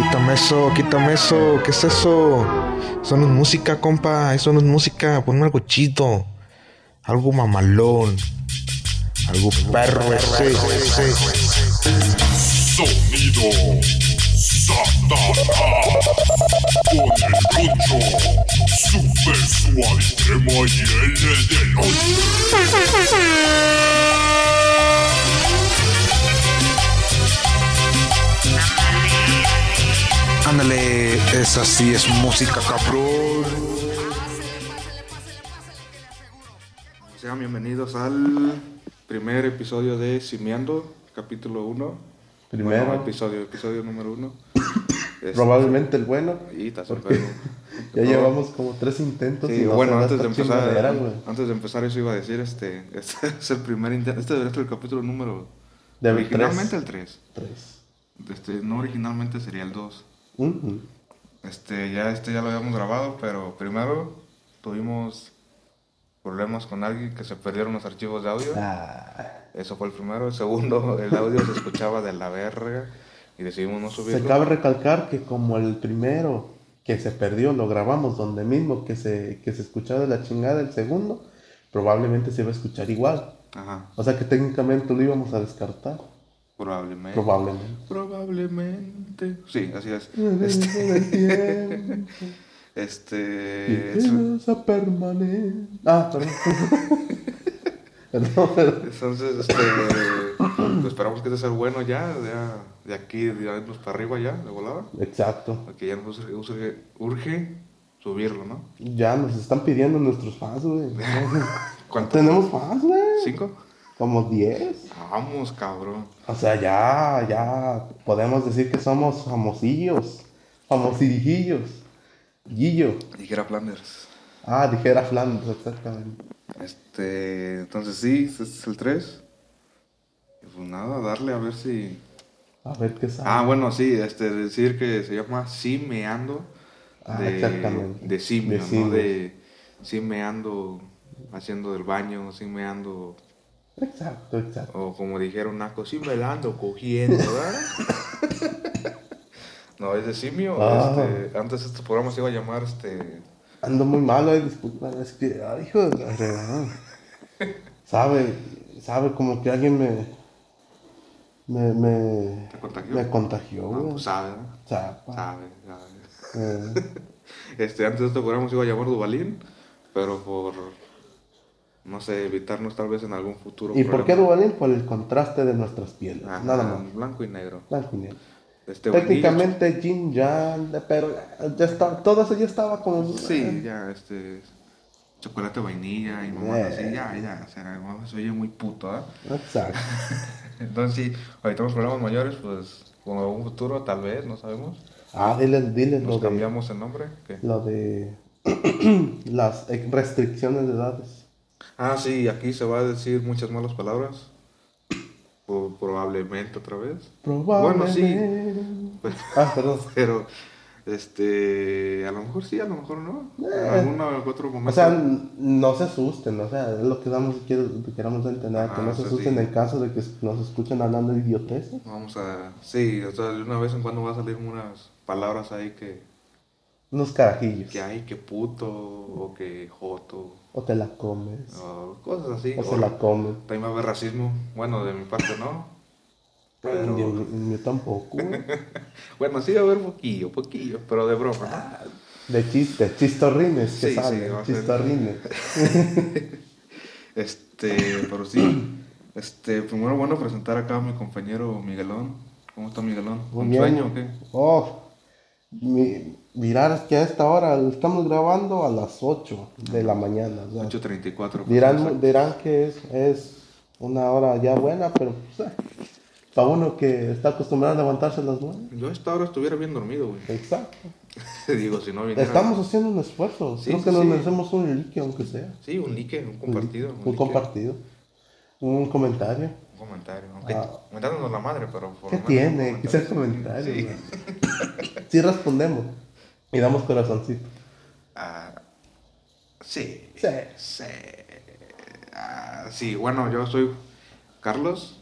Quítame eso, quítame eso, ¿qué es eso? Eso no es música, compa, eso no es música, ponme algo chido, algo mamalón, algo perro, ese, ese. Sonido Satanás con el concho super suave y crema y el del Ándale, esa sí es música, cabrón. Sean bienvenidos al primer episodio de Simiando, capítulo 1. Primero. episodio, episodio número 1. Probablemente el bueno. Y te Porque sorprendo. ya No. llevamos como tres intentos. Sí, y no bueno, se da antes de, esta empezar, chingadera, güey. antes de empezar eso iba a decir, este, este es el primer intento, este debería ser el capítulo número... Del originalmente tres. el 3. Tres. Mm, Este, no originalmente sería el 2. Ujú. Este, ya este ya lo habíamos grabado, pero primero tuvimos problemas con alguien que se perdieron los archivos de audio. Ah, Eso fue el primero. El segundo, el audio se escuchaba de la verga y decidimos no se subirlo. cabe recalcar que como el primero que se perdió lo grabamos donde mismo que se, que se escuchaba de la chingada el segundo, probablemente se iba a escuchar igual. Ajá, O sea que técnicamente lo íbamos a descartar. probablemente. Probablemente. probablemente. Sí, así es. Regreso del tiempo, Este. es- tristeza permanente. Ah, perdón. Perdón, perdón. Entonces, este, pues, esperamos que este sea el bueno ya, ya, de aquí, digamos, para arriba ya, de volada. Exacto. Porque ya nos urge, urge- urge subirlo, ¿no? Ya nos están pidiendo nuestros fans, güey. ¿Cuánto? Tenemos fans, güey. ¿Cinco? Como 10. Vamos, cabrón. O sea, ya, ya. Podemos decir que somos famosillos. Famosirijillos. Guillo. Dijera Flanders. Ah, dijera Flanders, exactamente. Este, entonces sí, este es el 3. Pues nada, darle a ver si... A ver qué sale. Ah, bueno, sí, este, decir que se llama Simeando. Ah, de, exactamente. De simio, De ¿no? simio. De Simeando haciendo del baño, Simeando... Exacto, exacto. O como dijeron Naco, Simeando cogiendo, ¿verdad? no, es de simio. Ah. Este, antes este programa se iba a llamar, este... Ando muy malo, eh, disculpa. Es que, ay, hijo de la fregada. Sabe, sabe como que alguien me. Me. Me, ¿Te contagió? me contagió, Ah, güey. pues sabe, ¿verdad? Chapa. Sabe, sabe. Eh, Este, antes de este programa se iba a llamar Dubalín, pero por, no sé, evitarnos tal vez en algún futuro. ¿Y por qué programa. Duvalín? Por el contraste de nuestras pieles. Ajá, Nada más. Blanco y negro. Blanco y negro. Este, Técnicamente Jin Jan, pero ya está, todo eso ya estaba como. vainilla- Sí, ya, este, chocolate vainilla y mamá, Eh. así, ya, ya, o sea, mamá, se oye muy puto, ¿ah? Exacto. Entonces, sí, evitamos problemas mayores, pues, con algún futuro, tal vez, no sabemos. Ah, diles, diles Nos lo de, cambiamos el nombre. ¿qué? lo de las restricciones de edades. Ah, sí, aquí se va a decir muchas malas palabras. O probablemente otra vez. Bueno, sí. Probablemente. Pues, Ah, perdón. Pero, este, a lo mejor sí, a lo mejor no. Eh. En algún otro O momento. sea, n- no se asusten, o sea, es lo que damos, quiero, que queramos entender, Ajá, que no o se sea, asusten sí. en caso de que nos escuchen hablando de idioteces. Vamos a, sí, o sea, de una vez en cuando va a salir unas palabras ahí que, Unos carajillos. que hay, que puto, o que joto, O te la comes. o cosas así. O se la comen. También va a haber racismo. Bueno, de mi parte no. Pero- Yo, yo tampoco, güey. Bueno, sí va a haber poquillo, poquillo, pero de broma. ¿no? Ah. De chistes, chistorrines, Sí, que sí, saben, va a ser- chistorrines. Este, pero sí. Este, primero bueno presentar acá a mi compañero Miguelón. ¿Cómo está Miguelón? Muy ¿Con bien. sueño o qué? Oh, mi- mirar es que a esta hora lo estamos grabando a las 8 de la mañana. o sea, 8.34. dirán, dirán que es, es una hora ya buena, pero para uno que está acostumbrado a levantarse a las 9. Yo a esta hora estuviera bien dormido, güey. Exacto. Digo, si no viniera. Estamos haciendo un esfuerzo. Sí, Creo sí, que nos sí. merecemos un like, aunque sea. Sí, un like, un compartido. Un, like, compartido. Un comentario. Un comentario. Aunque Ah. mentándonos la madre, pero por ¿Qué lo menos un tiene? comentario. Que sea comentario. Sí. güey. Sí respondemos. Y damos corazoncito. Ah, sí. Sí. Sí. Ah, sí, bueno, yo soy Carlos.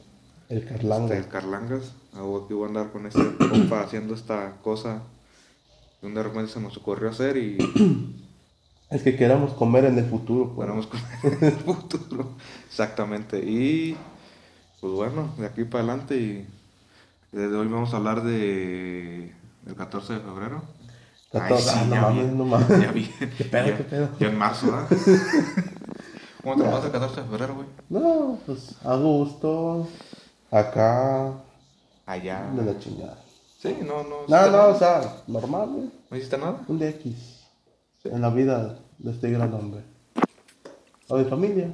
El Carlanga. este, Carlangas. Ah, voy- Aquí voy a andar con este compa haciendo esta cosa. Y un de repente se nos ocurrió hacer y Es que queramos comer en el futuro, pues. podremos comer en el futuro. Exactamente. Y pues bueno, de aquí para adelante y desde hoy vamos a hablar de del 14 de febrero. Ay, 14, sí, ah, no ya mames, vi, no mames. Ya vi. ¿Qué pedo, Ya- qué pedo? Ya en marzo, ¿verdad? ¿Cómo te pasa el 14 de febrero, güey? No, pues a gusto. Acá. Allá. De la chingada. Ah, Sí, no, no. No, hiciste no, o nada. sea, normal, güey. ¿No hiciste nada? Un día X. Sí. En la vida de este gran hombre. O de familia.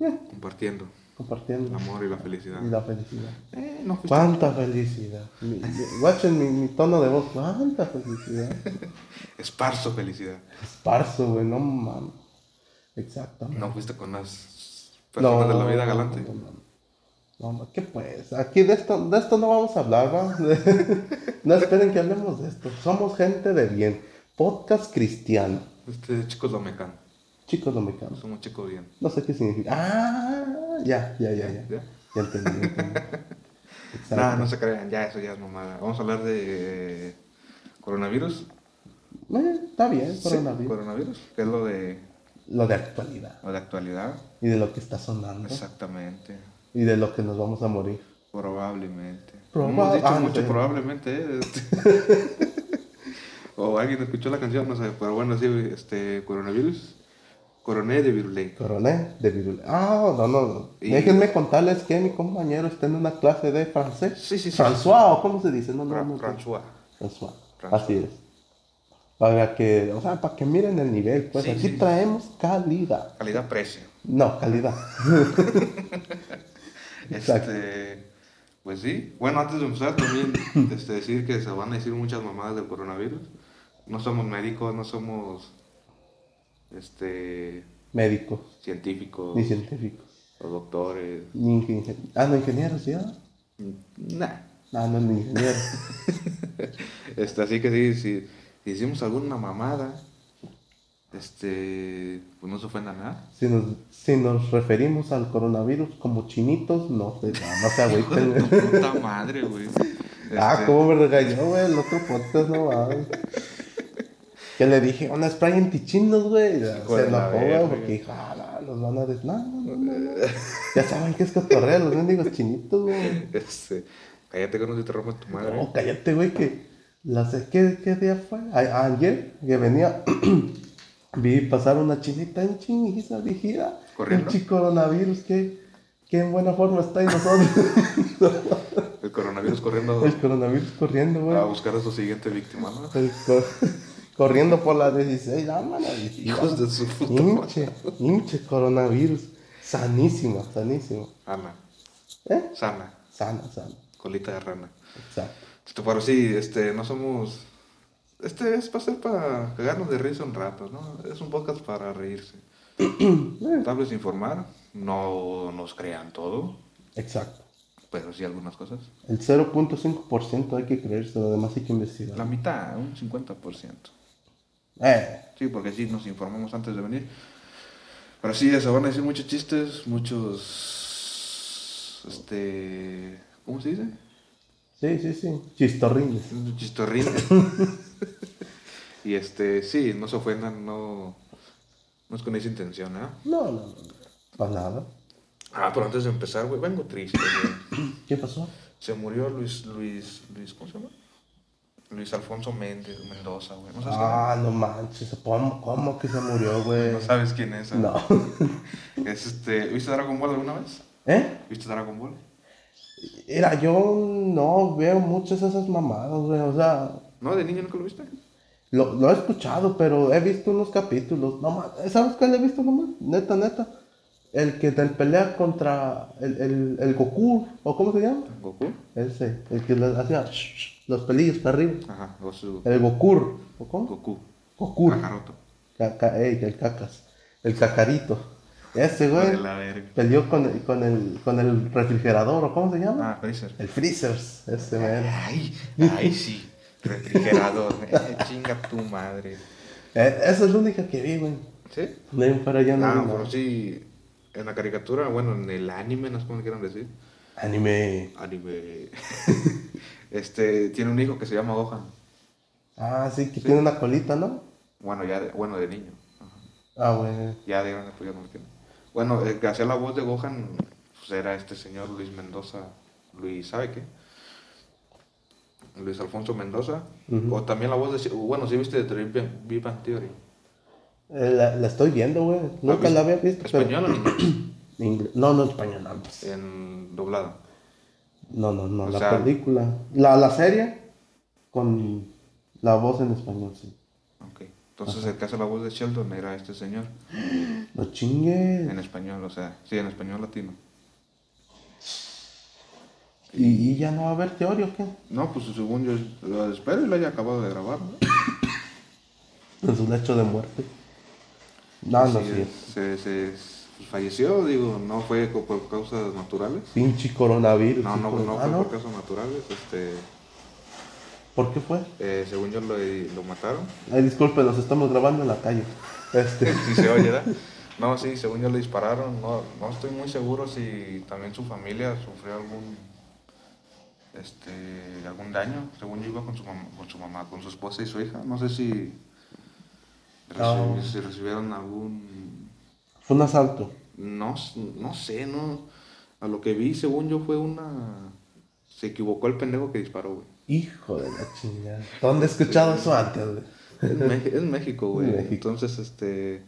Eh, Compartiendo el compartiendo. amor y la felicidad. Y la felicidad. Eh, no fuiste. ¿Cuánta felicidad? Mi- mi- Guachen mi, mi tono de voz. ¿Cuánta felicidad? Esparzo felicidad. Esparso, Pues, güey, no mames. Exactamente. No fuiste con las personas de la vida galante. No, no, no, no, ¿qué pues? Aquí de esto, de esto no vamos a hablar, ¿va? De- no esperen que hablemos de esto. Somos gente de bien. Podcast cristiano. Este chicos lo mecan. Chicos, no me canso. Somos chicos bien. No sé qué significa. Ah, ya, ya, ya, ya. ¿Ya? Ya entendí. ya entendí. Exacto. Nah, no se crean, ya eso ya es mamada. Vamos a hablar de eh, coronavirus. Eh, está bien, Sí, coronavirus. coronavirus, que es lo de, Lo de actualidad. lo de actualidad. Y de lo que está sonando. Exactamente. Y de lo que nos vamos a morir. Probablemente. Proba- Hemos dicho ah, no mucho sé. probablemente. eh, este. o alguien escuchó la canción, no sé, pero bueno, sí, este coronavirus. Coroné de Virulei. Coroné de virul. Ah, no, no. no. Y- Déjenme contarles que mi compañero está en una clase de francés. Sí, sí, sí. François, ¿o cómo se dice? No, no, Fra- no. François. François. François. Así es. Para que, o sea, para que miren el nivel, pues Sí, aquí sí. traemos calidad. Calidad precio. No, calidad. Exacto. Este, pues sí. Bueno, antes de empezar también este, decir que se van a decir muchas mamadas del coronavirus. No somos médicos, no somos este Médicos, científicos, ni científicos, o doctores. ni ingenieros. Ah, no, ingenieros, ¿ya? Ah, Nah. No, no, ni ingenieros. Este, así que sí, si, si hicimos alguna mamada, este, pues no se ofenda nada. Si nos, si nos referimos al coronavirus como chinitos, no, se- no, no se Hijo de agüiten. tu puta madre, güey. Ah, Este, cómo me regañó, güey, el otro podcast, no mames. Que le dije, una spray antichinos, güey. y Hijo Se de la enojó, güey, verga. porque dijo, ah, la- los van a des... No, no, no, no, no. Ya saben que es cotorreo, los mendigos chinitos, güey. Este, cállate que no se te rompa tu madre. No, cállate, güey, que... La sé, ¿qué, qué día fue? A- ayer, que venía... vi pasar una chinita en chinguiza, vigida. Corriendo. Pinche coronavirus, que... Que en buena forma está y nosotros... El coronavirus corriendo el coronavirus corriendo, güey. a buscar a su siguiente víctima, ¿no? Pues, cor- corriendo por la 16, dámala. Hijos de su puta madre. Hinche, hinche coronavirus. Sanísima, sanísima. Ana, ¿Eh? sana, Sana, sana. colita de rana. Exacto. Este, Pero sí, este, no somos. Este es para ser para cagarnos de risa un rato, ¿no? Es un podcast para reírse. Tal vez informar, no nos crean todo, Exacto. pero sí algunas cosas. El 0.5% hay que creerse, lo demás hay que investigar. La mitad, un 50%. Eh, Sí, porque sí nos informamos antes de venir. Pero sí, se van a decir muchos chistes, muchos. Este. ¿Cómo se dice? sí, sí, sí. Chistorrines. Un chistorrín. y este, sí, no se ofendan, no, no es con esa intención, ¿ah? No, no, no. Para nada. Ah, pero antes de empezar, güey, vengo triste, güey. ¿Qué pasó? Se murió Luis, Luis, Luis, ¿cómo se llama? Luis Alfonso Méndez, Mendoza, güey. No sabes, Ah, no manches. ¿Cómo, cómo que se murió, güey? quién, es? no sabes quién es. ¿ah? No. Es este, ¿viste Dragon Ball alguna vez? ¿Eh? ¿Viste Dragon Ball? Mira, yo no veo muchas esas mamadas, güey. O sea, ¿No? ¿De niño nunca lo viste? Lo, lo he escuchado, pero he visto unos capítulos. No más, ¿sabes cuál he visto nomás? Neta, neta. El que del pelea contra el, el, el Goku, o cómo se llama? ¿Goku? Ese, el que le hacía sh- sh- los pelillos para arriba. Ajá, Goku. El Goku, ¿o cómo? Goku. Goku. Cacaroto. Caca- ey, el cacas. El cacarito. Ese De güey la verga. peleó con el, con el, con el refrigerador, ¿o cómo se llama? Ah, Freezer. El Freezers, ese güey. Ay, ay sí. Refrigerador. eh, chinga tu madre. Eh, esa es la única que vi, güey. ¿Sí? De ahí en fuera ya no vi Ah, nada. pero sí. En la caricatura, bueno, en el anime, no sé cómo le quieran decir. Anime. anime. este, tiene un hijo que se llama Gohan. Ah, sí, que tiene una colita, ¿no? Bueno, ya de, bueno, de niño. Ah, bueno. Ya de grande, pues ya no lo tiene. Bueno, el que hacía la voz de Gohan pues, era este señor Luis Mendoza. Luis, ¿sabe qué? Luis Alfonso Mendoza. O también la voz de. Bueno, sí viste de The Big- Big Bang Theory. Eh, La, la estoy viendo, güey. Nunca la había visto. pero- Ah, pues, ¿Español o no? Ingle- No, no, español, no. pues. En doblado. No, no, no, O la sea- película. La, la serie con la voz en español, sí. Ok. Entonces el que hace la voz de Sheldon era este señor. No chingues. En español, o sea, sí, en español latino. ¿Y, y ya no va a haber teoría o qué? No, pues según yo, lo espero y lo haya acabado de grabar, ¿no? En su lecho de muerte. No, Ah, no, Sí, sí. se, se- pues, falleció, digo, no fue co- por causas naturales. Pinche coronavirus. No, no, hijo de- no Ah, fue por causas naturales, este, ¿Por qué fue? eh, según yo lo, lo mataron. Ay, disculpe, nos estamos grabando en la calle. Este, Si se oye, ¿verdad? No, sí, según yo le dispararon, no, no estoy muy seguro si también su familia sufrió algún, este, algún daño. Según yo iba con su, mam- con su mamá, con su esposa y su hija, no sé si, No. recibi- si recibieron algún fue un asalto. No, s- no sé, no. A lo que vi, según yo, fue una. Se equivocó el pendejo que disparó, güey. Hijo de la chingada. ¿Dónde he escuchado eso antes, güey? Es, Mex- es México, güey. México. Entonces, este.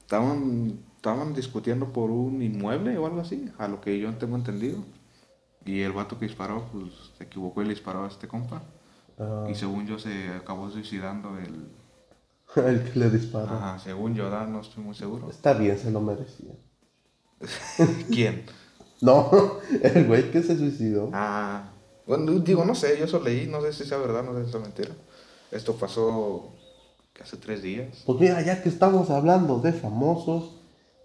Estaban, estaban discutiendo por un inmueble o algo así, a lo que yo tengo entendido. Y el vato que disparó, pues se equivocó y le disparó a este compa. Ah, Y según yo, se acabó suicidando el. el que le disparó. Ajá, según yo, ¿verdad? no estoy muy seguro. Está bien, se lo merecía. ¿Quién? No, el güey que se suicidó. Ah, bueno, digo, no sé, yo eso leí, no sé si sea verdad, no sé si sea mentira. Esto pasó que hace tres días. Pues mira, ya que estamos hablando de famosos,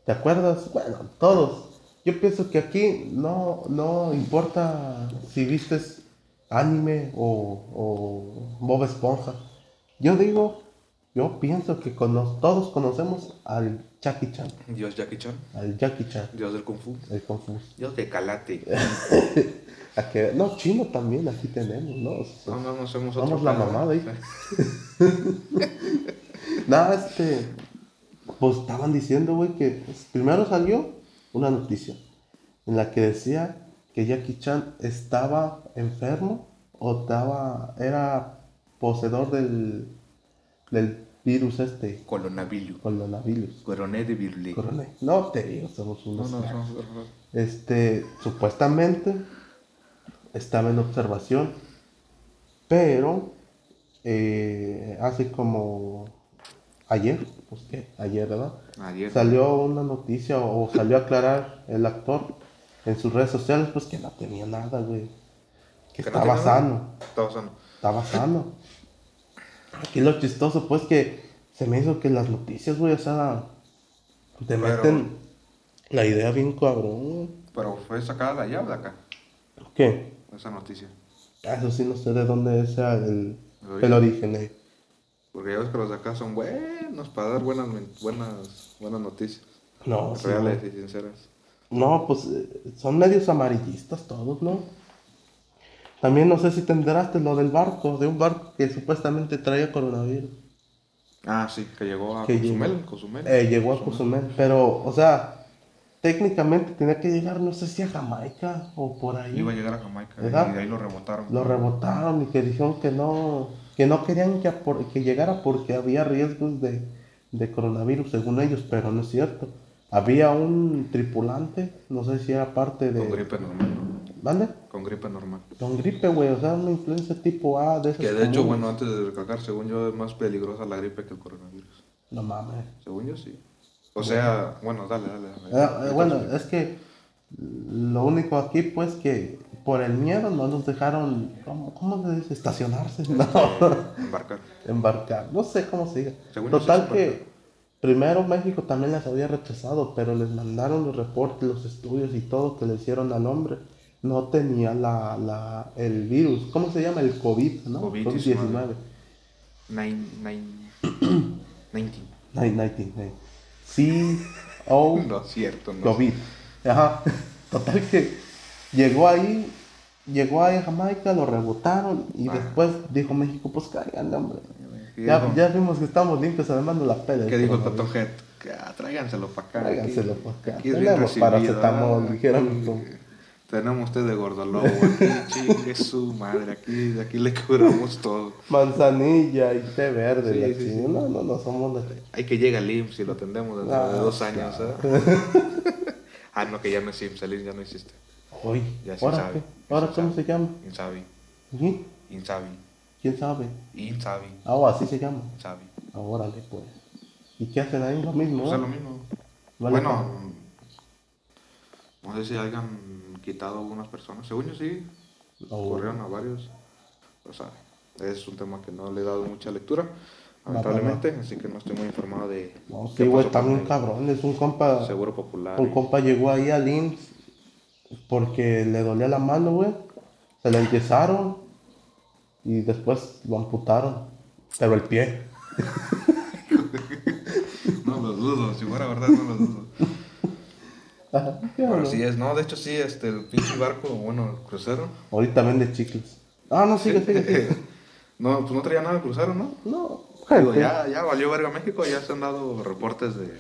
¿te acuerdas? Bueno, todos. Yo pienso que aquí no, no importa si vistes anime o, o Bob Esponja. Yo digo, yo pienso que cono- todos conocemos al Jackie Chan, Dios Jackie Chan, al Jackie Chan, Dios del Kung Fu, el confuso. Dios de Calate. A que- no, chino también aquí tenemos, ¿no? O sea, No, no, no somos Vamos otro la pedo. mamada ahí. Nada, este. Pues estaban diciendo, güey, que pues, primero salió una noticia en la que decía que Jackie Chan estaba enfermo o estaba, era poseedor del, del virus este, Coronavirus. coronavirus. Coroné de Birli. Corona. No te digo, somos No, unos. no, cracks. no, no, no. Este, supuestamente estaba en observación, pero eh, hace como ayer, pues que ayer, ¿verdad? Ayer. Salió una noticia o salió a aclarar el actor en sus redes sociales, pues que no tenía nada, güey. Que ¿Que no estaba tenía nada? sano, Estaba sano. estaba sano. Aquí lo chistoso, pues que se me hizo que las noticias, güey, o sea, te Pero- meten la idea bien cabrón. Pero fue sacada de allá o de acá, ¿Qué? esa noticia. Ah, Eso sí, no sé de dónde sea el, El el origen. origen. eh. Porque ya ves que los de acá son buenos para dar buenas, men- buenas, buenas noticias. No, sí, reales y sinceras. no, pues eh, son medios amarillistas todos, ¿no? También no sé si te enteraste lo del barco, de un barco que supuestamente traía coronavirus. Ah, sí, que llegó a Que Cozumel. llegó. Cozumel. Eh, llegó a Cozumel, pero, o sea, técnicamente tenía que llegar, no sé si a Jamaica o por ahí. Iba a llegar a Jamaica ¿Verdad? y de ahí lo rebotaron. Lo rebotaron y que dijeron que no, que no querían que, apor- que llegara porque había riesgos de, de coronavirus, según ellos, pero no es cierto. Había un tripulante, no sé si era parte Con de... gripe normal. ¿no? ¿Vale? Con gripe normal. Con gripe, güey, o sea, una influenza tipo A de esas Que de hecho, comunes. bueno, antes de recalcar, según yo es más peligrosa la gripe que el coronavirus. No mames. Según yo sí. O sea, bueno, dale, dale. dale. Ah, eh, bueno, es que lo único aquí, pues, que por el miedo no nos dejaron, ¿cómo, cómo se dice? Estacionarse. No. Eh, embarcar. embarcar. No sé cómo siga. Según yo Total sí se que embarcó. primero México también las había rechazado, pero les mandaron los reportes, los estudios y todo que le hicieron al hombre. No tenía la, la, el virus, ¿cómo se llama? El COVID, ¿no? COVID-19. 19. Nine, nine, nineteen. Nine- nineteen, nine. Sí, oh, No es cierto, no. COVID. Ajá. Total que Llegó ahí, llegó ahí a Jamaica, lo rebotaron y Ah. después dijo México, pues caigan, hombre. ¿Qué Ya, dijo? ya vimos que estamos limpios, además nos la pela. ¿Qué dijo el patojet? Que, ah, tráiganselo para acá. Tráiganselo aquí- pa' acá. aquí es bien pues, Tenemos recibido, paracetamol, ah, dijera aquí- mi compa. Tenemos usted de gordolobo aquí, chingue su madre, aquí, aquí le cobramos todo. Manzanilla y té verde. Sí, la sí, sí. chingada. No, no, no somos de... Hay que llega el IMSS y lo atendemos dentro Ah, de dos años, ¿eh? ah, no, que ya no es IMSS, el IMSS ya no existe. Oye, Ya se ahora, sabe, qué? ya ahora se ¿cómo sabe. se llama? Insabi, ¿Sí? Insabi, ¿Quién sabe? Insabi, Ah, o así se llama. Insabi. Ahora pues. ¿Y qué hacen ahí? Lo mismo. O sea, ¿no? lo mismo. Vale, bueno, no sé si hayan quitado a algunas personas. Según yo sí, Oh. corrieron a varios. O sea, es un tema que no le he dado mucha lectura, La verdad. lamentablemente, así que no estoy muy informado de. No, qué sí, güey, pasó con también el cabrón. Es un compa. Seguro popular. Un y- compa llegó ahí al IMSS porque le dolía la mano, güey. Se la empezaron y después lo amputaron. Pero el pie. No los dudo, si fuera verdad, no los dudo. Ajá, qué Pero bueno. sí es, no, de hecho sí, este, el pinche barco, bueno, el crucero. Ahorita vende chicles. Ah, no, sigue, sigue, sigue. no, pues no traía nada el crucero, ¿no? No, Digo, gente. ya, ya valió verga México, ya se han dado reportes de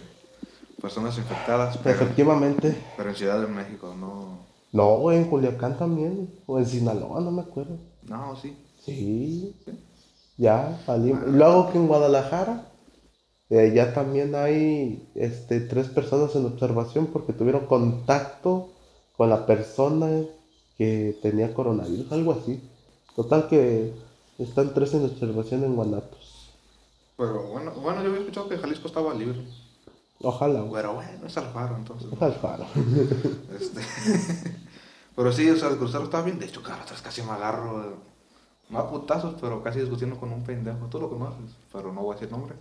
personas infectadas, pero, Efectivamente. pero en Ciudad de México, no. No, güey, en Culiacán también. O en Sinaloa, no me acuerdo. No, sí. Sí. Ya, salimos. Y Luego que en Guadalajara eh, ya también hay este, tres personas en observación porque tuvieron contacto con la persona que tenía coronavirus, algo así. Total que están tres en observación en Guanatos. Pero bueno, bueno, yo había escuchado que Jalisco estaba libre. Ojalá, güey. Pero bueno, es Alfaro, entonces. ¿no? Ojalá. Este, pero sí, o sea, el crucero estaba bien. De hecho, cada vez casi me agarro. eh, No a putazos, pero casi discutiendo con un pendejo. Tú lo conoces, pero no voy a decir nombre.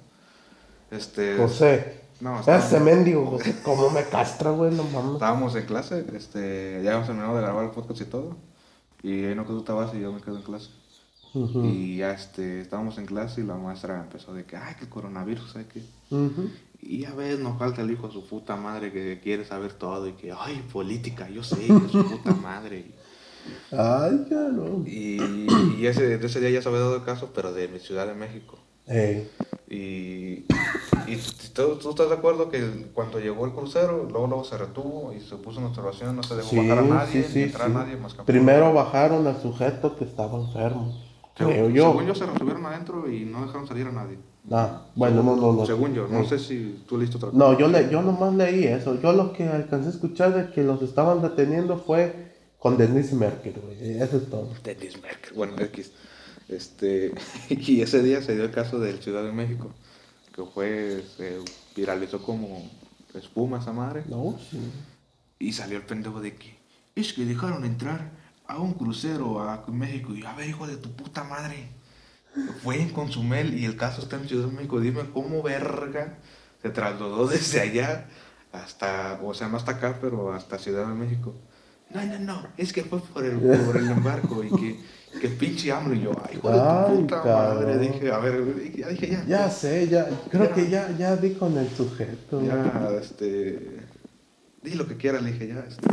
Este. José. No, está- Ah, Ese mendigo, José, cómo me castra, güey, no mames. Estábamos en clase, este, ya habíamos terminado de grabar el podcast y todo. Y ahí no que tú estabas y yo me quedo en clase. Ujú, Y ya este, estábamos en clase y la maestra empezó de que, ay, que el coronavirus, ¿sabes qué? ujú. Y a veces nos falta el hijo de su puta madre que quiere saber todo y que, ay, política, yo sé, que su puta madre. Ay, claro. Y, y ese, de ese día ya se había dado el caso, pero de mi Ciudad de México. Ey, Y, y tú, tú estás de acuerdo que cuando llegó el crucero, luego, luego se retuvo y se puso en observación, no se dejó Sí, bajar a nadie, sí, ni sí, entrar sí. a nadie más que a- Primero bajaron al sujeto que estaba enfermo. Según- Creo yo. Según yo se retuvieron adentro y no dejaron salir a nadie. Ah, bueno, no, no, no. Según yo, no sé si tú leíste otra cosa. No, yo, le, yo nomás leí eso. Yo lo que alcancé a escuchar de que los estaban deteniendo fue con Denise Merkel, güey. Eso es todo. Dennis Merkel, bueno, X. Este, y ese día se dio el caso del Ciudad de México, que fue, se viralizó como espuma esa madre. No, sí. Y salió el pendejo de que, es que dejaron entrar a un crucero a México y a ver, hijo de tu puta madre. Fue en Consumel y el caso está en Ciudad de México. Dime cómo verga se trasladó desde allá hasta, o sea, no hasta acá, pero hasta Ciudad de México. No, no, no, es que fue por el, por el embarco y que, que pinche hambre. Y yo, ay, hijo de Ay, tu puta madre. cabrón. Dije, a ver, ya dije, ya. Ya sé, ya. Creo que ya, ya di con el sujeto. güey. Ya, este. Di lo que quiera, le dije, ya, este.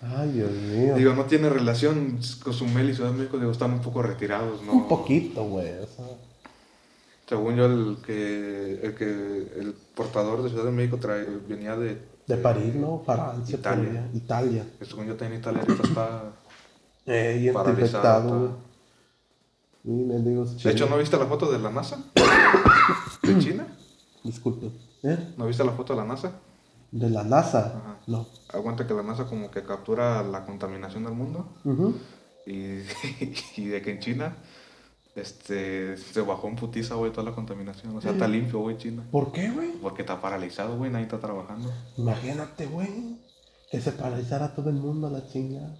Ay, Dios mío. Digo, no tiene relación Cozumel y Ciudad de México, digo, están un poco retirados, ¿no? Un poquito, güey. o sea. Según yo, el que el, que, el portador de Ciudad de México trae- venía de... De París, ¿no? Francia, por Ah, Italia. allá. Italia. que según yo, está en Italia, ahorita está Eh, y está paralizado. infectado, güey. está- Y me digo, De hecho, ¿no viste la foto de la NASA? ¿De China? Disculpe. ¿Eh? ¿No viste la foto de la NASA? De la NASA. Ajá. No. Aguanta que la NASA como que captura la contaminación del mundo Ujú. y, y de que en China este, se bajó un putiza, güey, toda la contaminación. O sea, Mm. está limpio, güey, China. ¿Por qué, güey? Porque está paralizado, güey, nadie está trabajando. Imagínate, güey. Que se paralizara todo el mundo a la chingada.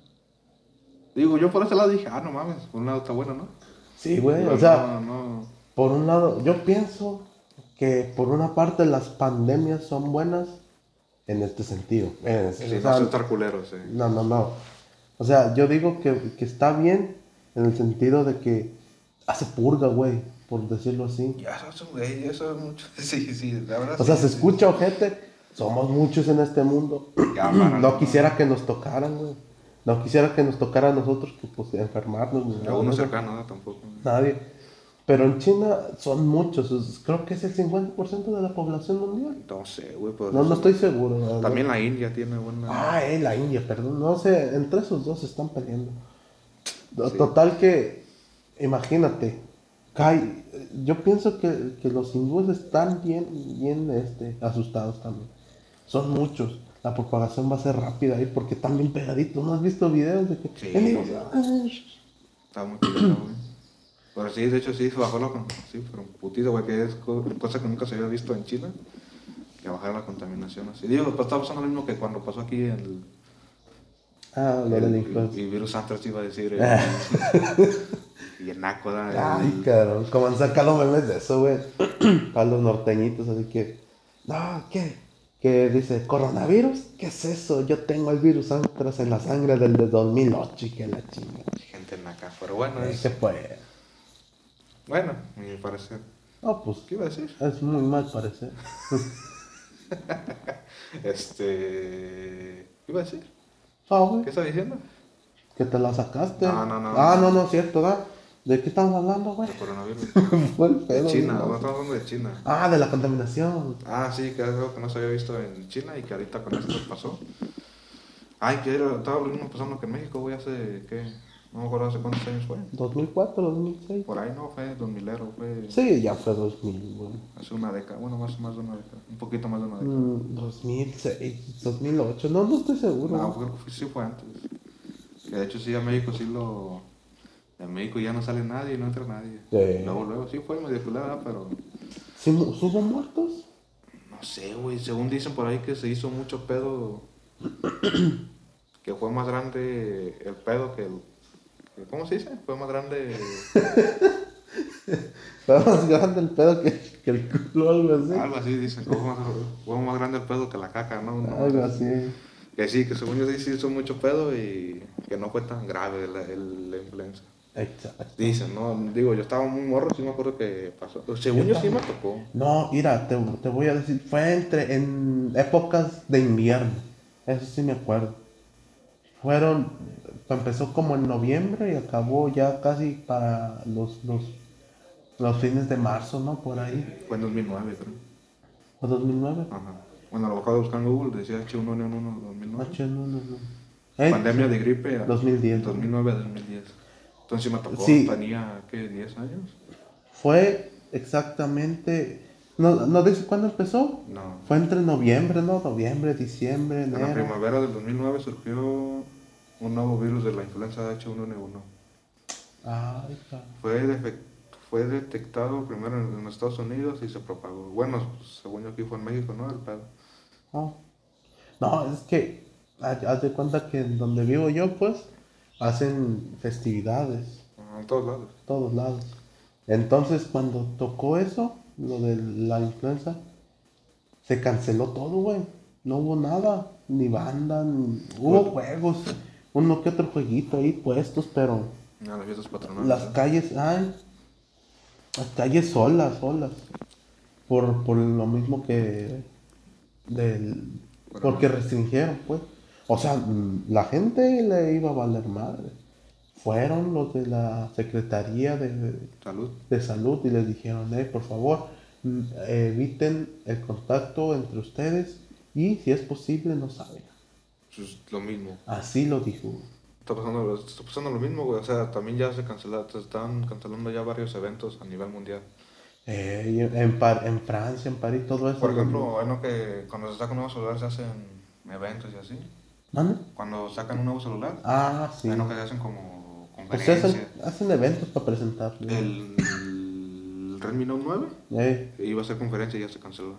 Digo, yo por ese lado dije, ah, no mames, por un lado está bueno, ¿no? Sí, güey. Digo, O No, sea, no. por un lado, yo pienso que por una parte las pandemias son buenas en este sentido. Eh, Sí, o no sea, soy estar culero, sí. no, no, no. O sea, yo digo que, que está bien en el sentido de que hace purga, güey, por decirlo así. Ya, eso es, güey, eso es mucho. Sí, sí, la verdad. O sea, sí, se sí. escucha, ojete. Somos muchos en este mundo. Cámara, No quisiera que nos tocaran, güey. No quisiera que nos tocara a nosotros que pues enfermarnos ni A nada, uno ¿no? cercano ¿no? tampoco. Nadie. Pero en China son muchos, es- creo que es el 50% de la población mundial. No sé, güey, pero... No, no estoy seguro. la verdad. También la India tiene buena... Ah, eh, la India, perdón. No sé, entre esos dos se están peleando. No, Total que, imagínate, cae- yo pienso que, que los hindúes están bien, bien este, asustados también. Son muchos. La propagación va a ser rápida ahí porque están bien pegaditos. ¿No has visto videos de que... Sí. enemigos, ay, Está muy culero, güey. Pero sí, de hecho sí, se bajó la con- sí, pero putito, güey, que es co- cosa que nunca se había visto en China. Que bajara la contaminación así. Digo, pues está pasando lo mismo que cuando pasó aquí el, Ah, lo el, de la influenza. Ah. y virus antrax iba a decir. el- y el naco, da, el- Ay, cabrón, como han sacado memes de eso, güey. Para los norteñitos, así que. No, ¿qué? Que dice, ¿coronavirus? ¿Qué es eso? Yo tengo el virus antras en la sangre desde 2008 y que la chinga. gente naca. Pero bueno, Ahí es, se fue. bueno, a mi parecer. No, pues, ¿Qué iba a decir? es muy mal parecer. Este. ¿Qué iba a decir? Ah, güey, ¿Qué estaba diciendo? que te la sacaste. No, no, no. Ah, no, no, es cierto, ¿verdad? ¿De qué estamos hablando, güey? El coronavirus. Fue el pedo, China, ¿no? no estamos hablando de China. Ah, de la contaminación. Ah, sí, que es algo que no se había visto en China y que ahorita con esto pasó. Ay, que era- estaba lo mismo pasando que en México, güey, hace, ¿qué? No me acuerdo hace cuántos años fue. 2004, 2006. Por ahí no, fue 2000 ero, fue Sí, ya fue 2000, güey. hace una década, bueno, más, más de una década, un poquito más de una década. Mm, 2006, 2008, no, no estoy seguro. No, creo que fue- sí fue antes. Que de hecho sí, a México sí lo... En México ya no sale nadie, no entra nadie. Sí. Luego, luego, sí fue medio culada, pero... ¿Sí mu- ¿Hubo muertos? No sé, güey. Según dicen por ahí que se hizo mucho pedo. que fue más grande el pedo que el. que- ¿Cómo se dice? Fue más grande. Fue más grande el pedo que, que el culo, algo así. Algo así dicen. que Fue más, fue más grande el pedo que la caca, ¿no? No, Algo así. Que sí, que según yo sí se hizo mucho pedo y que no fue tan grave la, el- la influenza. Exacto. Dicen, no, digo, yo estaba muy morro, sí me acuerdo que pasó. Según yo, Yo sí me tocó. No, mira, te, te voy a decir, fue entre en épocas de invierno. Eso sí me acuerdo. Fueron, empezó como en noviembre y acabó ya casi para los, los, los fines de marzo, ¿no? Por ahí. Fue en 2009, creo. O 2009. Ajá. Bueno, lo acabo de buscar en Google, decía H1N1 2009. Ocho, no, no, no. Eh, Pandemia de gripe. ah, a- 2010. 2009 a 2010. Entonces me tocó, Sí. tenía, ¿qué? ¿10 años? Fue exactamente. ¿No, no dice cuándo empezó? No. Fue entre noviembre, ¿no? Noviembre, diciembre, En la enero. primavera del 2009 surgió un nuevo virus de la influenza H1N1. Ay, cabrón. Fue, defe- fue detectado primero en los Estados Unidos y se propagó. Bueno, según yo aquí fue en México, ¿no? El pedo. Oh. No, es que haz haz de cuenta que en donde vivo yo, pues, hacen festividades, Ah, En todos lados. todos lados. Entonces, cuando tocó eso, lo de la influenza, se canceló todo, güey. No hubo nada, ni banda, ni... hubo juegos, uno que otro jueguito ahí puestos, pero A las fiestas patronales. las ¿eh? calles, ay, las calles solas, solas. Por, por lo mismo que del porque restringieron, pues. O sea, mm, la gente le iba a valer madre. Fueron los de la Secretaría de, Salud. de Salud y les dijeron, "Eh, por favor, mm, eviten el contacto entre ustedes y si es posible, no saben. Eso es Pues, lo mismo. Así lo dijo. Está pasando, lo- está pasando lo mismo, güey. O sea, también ya se cancelaron, se están cancelando ya varios eventos a nivel mundial. Eh, y en, Par- en Francia, en París, todo eso. Por ejemplo, bueno, que cuando se saca un nuevo celular se hacen eventos y así. ¿Mande? Cuando sacan un nuevo celular, Ah, sí. bueno, que se hacen como Pues hacen, conferencias. hacen eventos para presentar. ¿no? El, el Redmi Note 9 Eh, iba a ser conferencia y ya se canceló.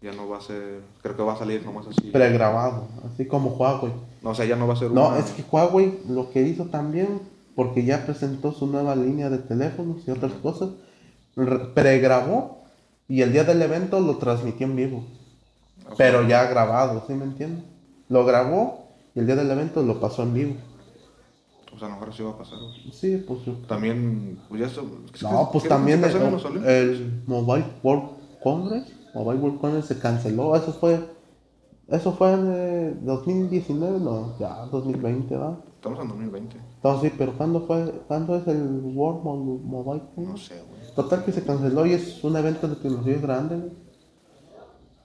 Ya no va a ser, creo que va a salir nomás así. pregrabado, así como Huawei. No, o sea, ya no va a ser No, una- es que Huawei lo que hizo también, porque ya presentó su nueva línea de teléfonos y otras cosas, re- pregrabó y el día del evento lo transmitió en vivo, o sea, pero ya grabado, ¿sí me entiendes? Lo grabó y el día del evento lo pasó en vivo. O sea, a lo mejor sí va a pasar. güey. Sí, pues yo- También, pues ya eso... No, pues ¿qué- también qué eh. el, pasó en los Olímpicos? el Mobile World Congress, Mobile World Congress se canceló, eso fue eso fue en eh, 2019, no, ya 2020, ¿verdad? Estamos en 2020. No, sí, pero ¿cuándo fue? ¿Cuándo es el World Mo- Mobile Congress? No sé, güey. Total que se canceló y es un evento de tecnología grande, güey.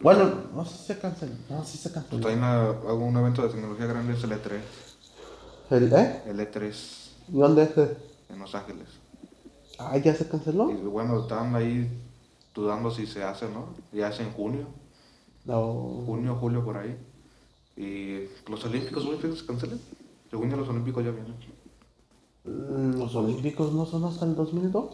Bueno, no sé si se canceló. No, sí se Pues canceló. también ah, hago un evento de tecnología grande, es el E3. ¿El, ¿Eh? El E3 ¿Y dónde es ese? en Los Ángeles. Ah, ya se canceló. Y bueno, están ahí dudando si se hace, ¿no? Ya es en junio. No. Junio, julio, por ahí. Y los olímpicos, güey, fíjate, se cancelan. Según yo, los olímpicos ya vienen. Mm, Los Olímpicos no son hasta el 2002.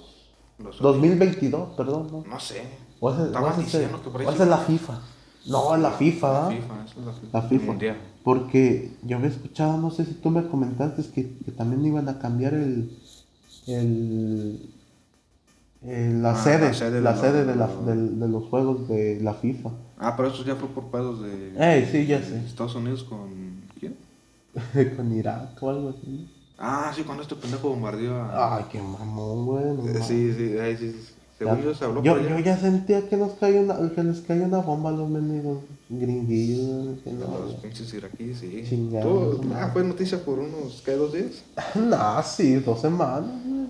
Los 2022, perdón, ¿no? No sé. O es, el- o Estaban es el- diciendo que por ahí o es se- la FIFA. No, la FIFA, ¿verdad? FIFA, esa es la FIFA. La FIFA. Mundial. Porque yo había escuchado, no sé si tú me comentaste que, que también iban a cambiar el. el, el- la, Ah, sede, la sede de la sede. los- de, la- del- de los juegos de la FIFA. Ah, pero eso ya fue por pedos de Ey, sí, ya de sé. Estados Unidos con. ¿Quién? Con Irak o algo así. ¿no? Ah, sí, cuando este pendejo bombardeó a. Ay, qué mamón, güey. no Eh, mames. sí, sí, ahí sí, sí. Ah, Ya- Según yo se habló yo, por allá. yo ya sentía que nos cayó una, que les cayó una bomba a los mendigos gringuillos. que De no, los güey. pinches iraquíes, sí. Chingados, Tú- ah, madre. fue noticia por unos. ¿Qué? ¿Dos días? Nah, sí, dos semanas. güey.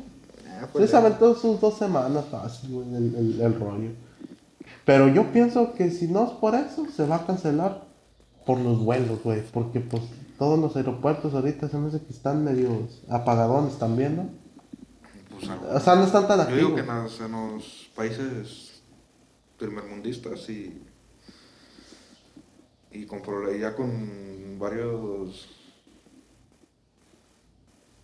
Ah, Se fue. les aventó sus dos semanas fácil, güey, el, el- el rollo. Pero yo pienso que si no es por eso, se va a cancelar por los vuelos, güey. Porque pues todos los aeropuertos ahorita se me hace que están medio apagadones también, ¿no? Pues, algo. O sea, no están tan Yo digo activos. que en los, en los países primermundistas y, y con, pro- ya con varios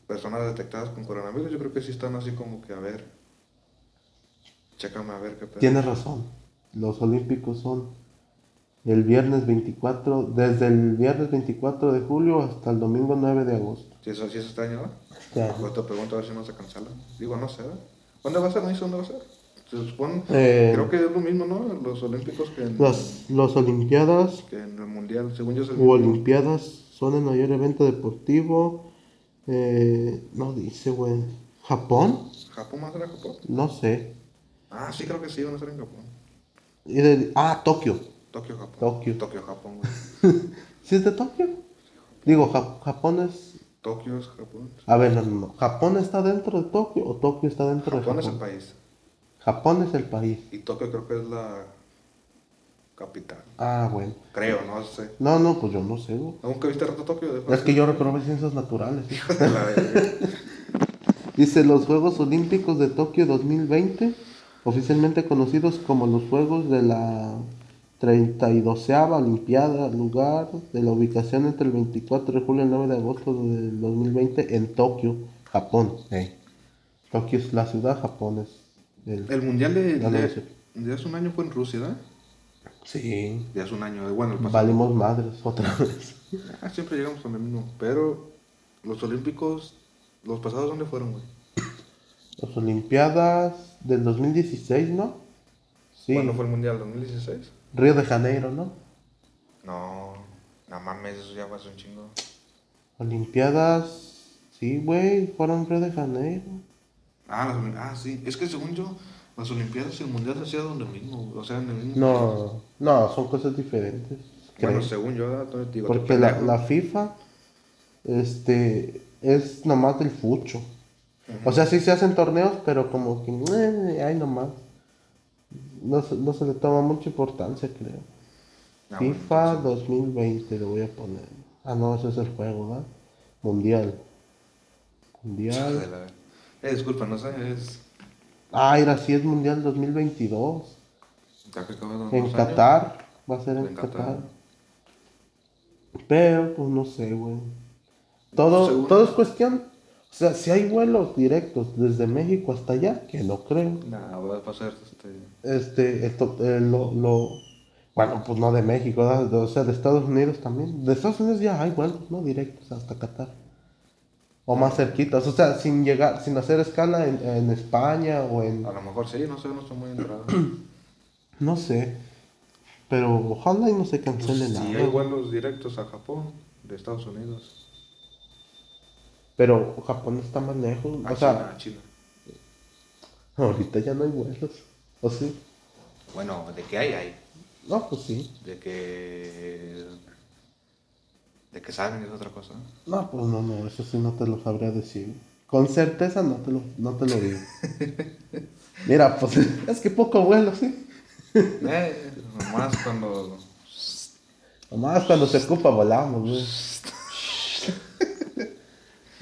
personas detectadas con coronavirus, yo creo que sí están así como que a ver, chécame a ver qué pedo. Tienes razón. Los olímpicos son el viernes 24, desde el viernes 24 de julio hasta el domingo 9 de agosto. Si eso, si eso está año, ¿no? Ya. Pues te pregunto a ver si no se cancela. Digo, no sé, ¿verdad? ¿Dónde va a ser? ¿No dice dónde va a ser? Se supone, Eh, creo que es lo mismo, ¿no? Los olímpicos que en, Las, las Olimpiadas que en el mundial, según yo es el u mismo. Olimpiadas son el mayor evento deportivo. Eh, no dice, güey. ¿Japón? ¿Japón más era Japón? No sé. Ah, sí, creo que sí, van a ser en Japón. Y de- ah, Tokio. Tokio, Japón. Tokio. Tokio, Japón, güey. ¿Sí es de Tokio? Digo, Ja- Japón es. Tokio es Japón. A ver, no, no, no. ¿Japón está dentro de Tokio o Tokio está dentro Japón de es Japón? el país. Japón es el país. Y Tokio creo que es la capital. Ah, bueno. Creo, no sé. No, no, pues yo no sé, güey. ¿Nunca viste rato Tokio? Después- Es que yo reprobé ciencias naturales. Hijo de la verga. Dice los Juegos Olímpicos de Tokio 2020, oficialmente conocidos como los Juegos de la 32 Olimpiada, lugar de la ubicación entre el 24 de julio y el 9 de agosto del 2020 en Tokio, Japón. Tokio es la ciudad, Japón es el... El mundial de, No, no de, sé. de hace un año fue en Rusia, ¿verdad? Sí. De hace un año. Bueno, el pasado. Valimos madres otra vez. Ah, siempre llegamos con el mismo. Pero los olímpicos, los pasados, ¿dónde fueron, güey? Las Olimpiadas del 2016, ¿no? Sí. ¿Cuándo fue el mundial? ¿2016? Río de Janeiro, ¿no? No. No mames, eso ya pasó un chingo. Olimpiadas, sí, güey, fueron Río de Janeiro. Ah, las Olim- ah, sí. Es que según yo, las Olimpiadas y el Mundial se hacían donde mismo. O sea, en el mismo. país. No, no, son cosas diferentes. Bueno, creo. según yo, ¿verdad? Entonces, digo, Porque te la, pendejo. la FIFA, este, es nomás del fucho. O sea, sí se hacen torneos, pero como que, eh, ay, nomás. No, se- no se le toma mucha importancia, creo. Ah, bueno, FIFA entonces, 2020 lo voy a poner. Ah, no, ese es el juego, ¿verdad? Mundial. hijo Ah, de Mundial. la verga. Eh, disculpa, no sé, es. Ah, era así, es Mundial 2022. Ya que acabaron En los años. Qatar, va a ser en, En Qatar. Qatar. Pero, pues no sé, güey. Todo, Seguro. todo es cuestión. O sea, si hay vuelos directos desde México hasta allá, que no creo. Nah, va a pasar este. Este, esto, eh, lo, lo. Bueno, pues no de México, ¿verdad? o sea, de Estados Unidos también. De Estados Unidos ya hay vuelos, ¿no? Directos hasta Qatar. O más cerquitas, o sea, sin llegar, sin hacer escala en, en España o en. A lo mejor sí, no sé, no estoy muy enterado. No sé. Pero ojalá y no se Pues, cancele nada. si hay vuelos directos a Japón, de Estados Unidos. Pero Japón está más lejos. A China, O sea, a Ah, China. ahorita ya no hay vuelos. ¿O sí? Bueno, de que hay, hay. No, pues sí. De que. De que salgan es otra cosa. ¿no? No, pues no, no, eso sí no te lo sabría decir. Con certeza no te lo, no te lo digo. Mira, pues es que poco vuelo, sí. Eh, nomás cuando. Nomás cuando se ocupa volamos, güey.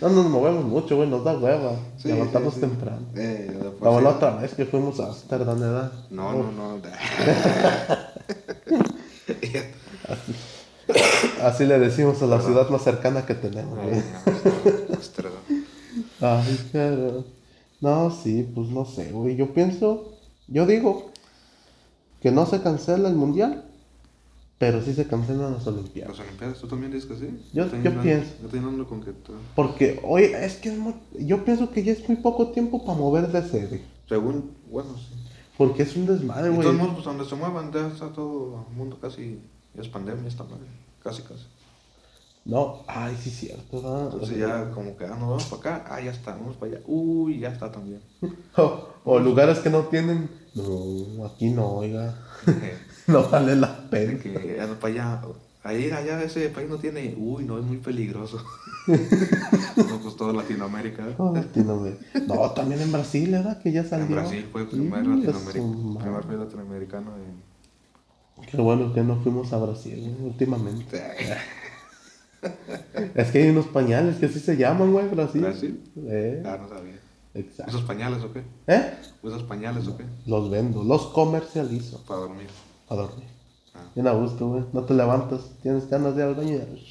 No nos movemos mucho, güey, nos da hueva. Sí, Levantamos sí, sí. temprano. Eh, de por Como sí. la otra vez que fuimos a Amsterdam, ¿verdad? No, no, no. Así le decimos a la ciudad más cercana que tenemos, güey. Amsterdam. Ah. Ay, pero... No, sí, pues no sé, güey. Yo pienso, yo digo que no se cancela el mundial, pero sí se cancelan las Olimpiadas. Las Olimpiadas, ¿tú también dices que sí? Yo- Estoy yo hablando- pienso. Yo estoy hablando con que tú- Porque, oye, es que es mu- yo pienso que ya es muy poco tiempo para mover de sede. Según, bueno, sí. Porque es un desmadre, De güey. todos modos, pues donde se muevan, ya está todo el mundo casi. Es pandemia esta madre. Casi, casi. No, ay, sí, cierto, ¿verdad? Entonces ya como que, ah, nos vamos para acá, ah, ya está, vamos para allá. Uy, ya está también. O, o lugares que no tienen. No, aquí no, oiga. no vale la pena. que ando para allá. Ahí, allá ese país no tiene. Uy, no, es muy peligroso. no, pues todo Latinoamérica. Oh, Latinoamérica. No, también en Brasil, ¿verdad? Que ya salió. En Brasil fue el primer Sí, latinoameric- su madre. primer país latinoamericano. en- Qué bueno que no fuimos a Brasil ¿no? últimamente. Es que hay unos pañales que así se llaman, güey, Brasil. ¿Brasil? Eh, Ah, no sabía. exacto. ¿Usas pañales o qué? ¿Eh? ¿Usas pañales o qué? Los vendo, los comercializo. Para dormir. A dormir. Ah. Bien a gusto, güey. No te levantas. Tienes ganas de ir al baño. y-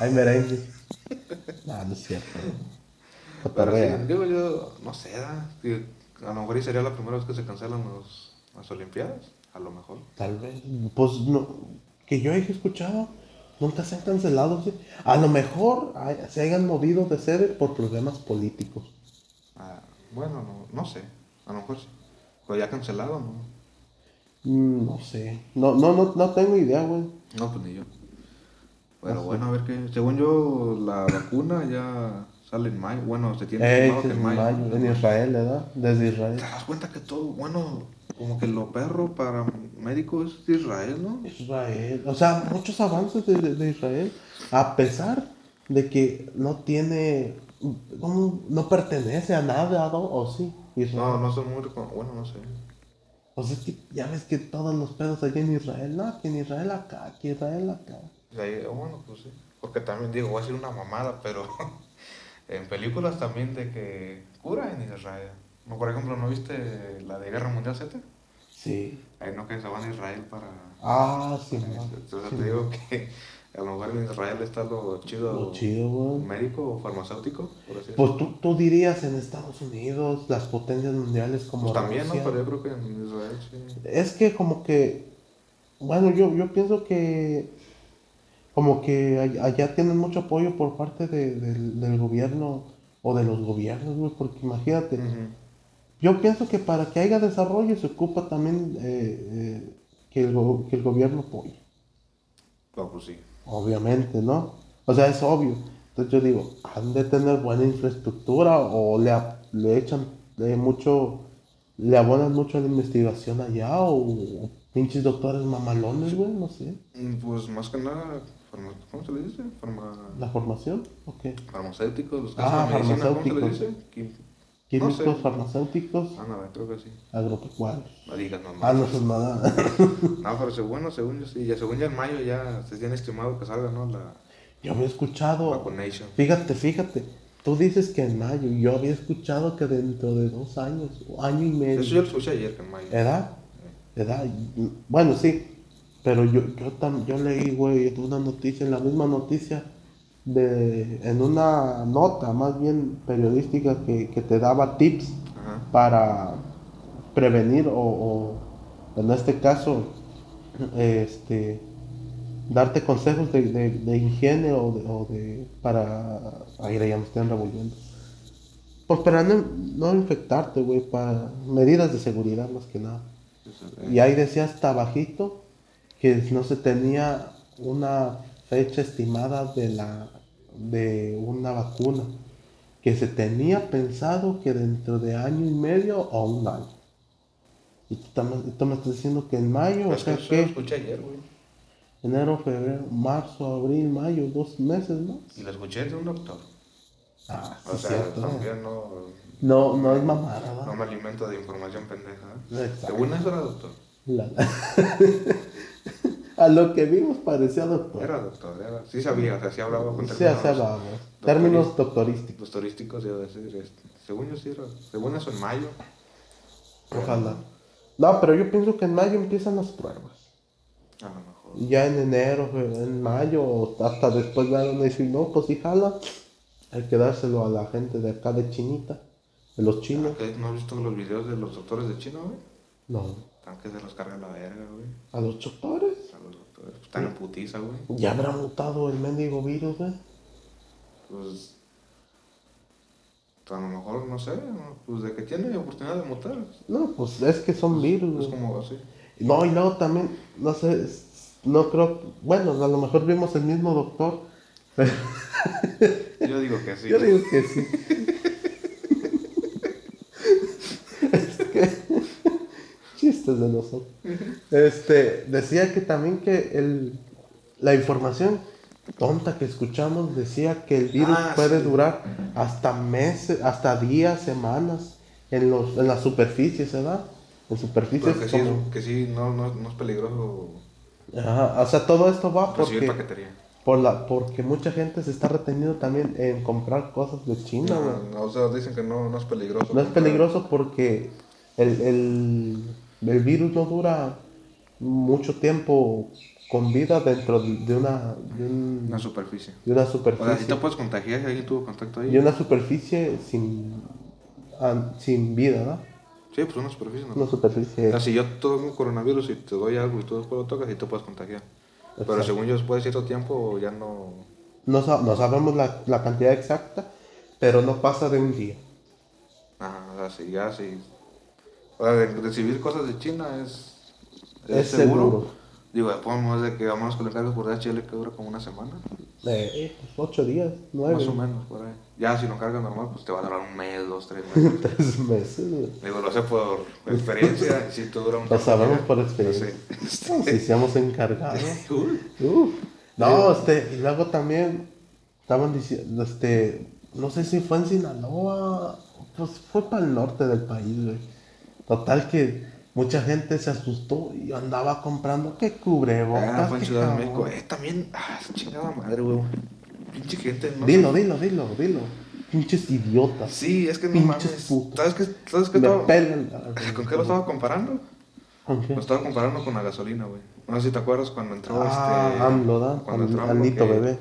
Hay merengue. no, no es cierto. güey. Pero sí, Cotorrea. digo yo, no sé, da, que a lo mejor y sería la primera vez que se cancelan los, las Olimpiadas, a lo mejor. Tal vez. Pues no. Que yo haya escuchado. Nunca se han cancelado. sí. A lo mejor hay- se hayan movido de sede por problemas políticos. Ah, bueno, no, no sé, a lo mejor sí. Pero ya cancelado, ¿no? Mm, No sé. No, no, no, no tengo idea, güey. No, pues ni yo. Pero bueno, Pues, a ver qué. Según yo, la vacuna ya sale en mayo. Bueno, se tiene Eh, estimado que es mayo, en Israel, ¿verdad? Desde Israel. ¿Te das cuenta que todo, bueno, como que lo perro para médicos es de Israel, ¿no? pues, Israel, o sea, muchos avances de, de- de Israel, a pesar de que no tiene, ¿cómo? no pertenece a nada, ¿no? o sí, Israel. No, no son muy. recon- Bueno, no sé. O sea, es que ya ves que todos los pedos allí en Israel, no, que en Israel acá, que Israel acá. De ahí, bueno, pues sí. Porque también digo, voy a decir una mamada, pero en películas también de que cura en Israel. No, Por ejemplo, ¿no viste la de Guerra Mundial Z? Sí. Ahí no que se van a Israel para. Ah, sí, man. Entonces te digo que a lo mejor en Israel está lo chido, Lo chido, güey. médico o farmacéutico, por así decirlo. Pues tú, tú dirías en Estados Unidos, las potencias mundiales como Pues también, ¿no? Rusia. Pero yo creo que en Israel sí. Es que como que, bueno, yo, yo pienso que como que all- allá tienen mucho apoyo por parte de- del- del gobierno o de los gobiernos, güey, porque imagínate, Ujú. yo pienso que para que haya desarrollo se ocupa también eh, eh, que, el go- que el gobierno apoye, No, pues sí. obviamente, ¿no? O sea, es obvio. Entonces yo digo, han de tener buena infraestructura o le, ap- le echan eh, mucho, le abonan mucho a la investigación allá o, o pinches doctores mamalones, güey, no sé. Mm, Pues más que nada, farma- ¿cómo se le dice? Farma- ¿La formación? ¿O qué? Farmacéuticos, los que Ah, hacen medicina, ¿cómo se le dice? farmacéuticos. Quim- Químicos, No sé. farmacéuticos, Ah, no, creo que sí. agropecuarios. No digas mamá. Ah, no son nada. No, pero según, bueno, según yo sí, ya, según ya en mayo ya se tiene estimado que salga, ¿no? La Yo había escuchado. vacunation. Fíjate, fíjate. Tú dices que en mayo. Yo había escuchado que dentro de dos años, o año y medio. Eso yo lo escuché ayer que en mayo. ¿Edad? ¿Edad? y- Bueno, sí. Pero yo, yo, tam- yo leí, güey, una noticia, en la misma noticia, de, en una nota más bien periodística que, que te daba tips Ajá. para prevenir o, o, en este caso, este, darte consejos de, de- de higiene o de, o de- para... Ahí ya me están revolviendo. Pues para no, no infectarte, güey, para medidas de seguridad más que nada. Y ahí decía hasta bajito que no se tenía una fecha estimada de la de una vacuna, que se tenía pensado que dentro de año y medio o un año. Y tú, tam- tú me estás diciendo que en mayo, Pero o es que pues. sea eso yo lo que escuché ayer, güey. enero, febrero, marzo, abril, mayo, dos meses más. Y lo escuché de un doctor. Ah, sí, O sea, cierto. también no, No, no es mamada. ¿va? no me alimento de información pendeja. ¿eh? Exacto. Según eso era doctor. La- a lo que vimos parecía doctor. Era doctor, era. Sí sabía, o sea, sí hablaba con Sí, así términos, hablábamos. Términos doctorísticos. los turísticos, debo decir. este, Según yo sí era. Según eso en mayo. Ojalá. No, pero yo pienso que en mayo empiezan las pruebas. A lo mejor. Y Ya en enero, fe- en mayo, o hasta después van a decir, no, pues sí, jala. Hay que dárselo a la gente de acá de Chinita, de los chinos. ¿Qué? ¿No has visto los videos de los doctores de China, güey? No, Están que se los carga la verga, güey. a los doctores. O sea, los doctores. pues, Están en putiza, güey. Ya habrá mutado el mendigo virus, ¿eh? güey. Pues. A lo mejor, no sé. ¿no? Pues de que tiene oportunidad de mutar. No, pues es que son virus, Es güey. como así. No, y luego también, no sé, es- no creo, bueno, a lo mejor vimos el mismo doctor. Yo digo que sí. Yo digo que sí. es que... Chistes de nosotros. Este, decía que también que el, la información tonta que escuchamos decía que el virus Ah, puede sí. durar hasta meses, hasta días, semanas en, los, en las superficies, ¿verdad? En superficies Pero que sí, como... es- que sí no, no, no es peligroso Ajá, o sea, todo esto va recibir Ah, porque, paquetería. por la, porque mucha gente se está reteniendo también en comprar cosas de China, güey. No, no, o sea, dicen que no, no es peligroso. No es peligroso porque el, el- el virus no dura mucho tiempo con vida dentro de de una, de un- Una superficie. de una O sea, si te superficie. puedes contagiar si alguien tuvo contacto ahí. Y una superficie sin, ah, sin vida, ¿no? Sí, pues una superficie no. Una O superficie. sea, si yo tengo coronavirus y te doy algo y tú después lo tocas, y te puedes contagiar. Pero Exacto. según yo, después de cierto tiempo ya no. No, sa- no sabemos la, la cantidad exacta, pero no pasa de un día. Ajá, o sea, si ya si. O sea, de- recibir cosas de China es. Es seguro. Digo, después más de que vamos con el cargo por DHL que dura como una semana. Eh, pues, ocho días, nueve. Más o menos, por ahí. Ya si lo cargas normal, pues te va a durar un mes, dos, tres meses. Tres meses, güey. Digo, lo sé por experiencia, si te dura un Lo tiempo, sabemos ya. por experiencia. No sé. No, si seamos encargados. Uy, Uf. No, este, y luego también estaban diciendo, este, no sé si fue en Sinaloa, pues fue para el norte del país, güey. Total que mucha gente se asustó y andaba comprando que cubrebocas. Ah, fue en que Ciudad de jabón. México. Eh, también, ah, su chingada madre, weón. Pinche gente, no Dilo, dilo, dilo, dilo. Pinches idiotas. Sí, es que no Pinches mames. putos. ¿Sabes qué? ¿Sabes qué Me estaba- pelan la- ¿Con qué lo estaba comparando? ¿Con qué? Lo estaba comparando con la gasolina, güey. No sé si te acuerdas cuando entró Ah, este. AMLO, ¿da? Cuando Al- entró al Nito que- Bebé.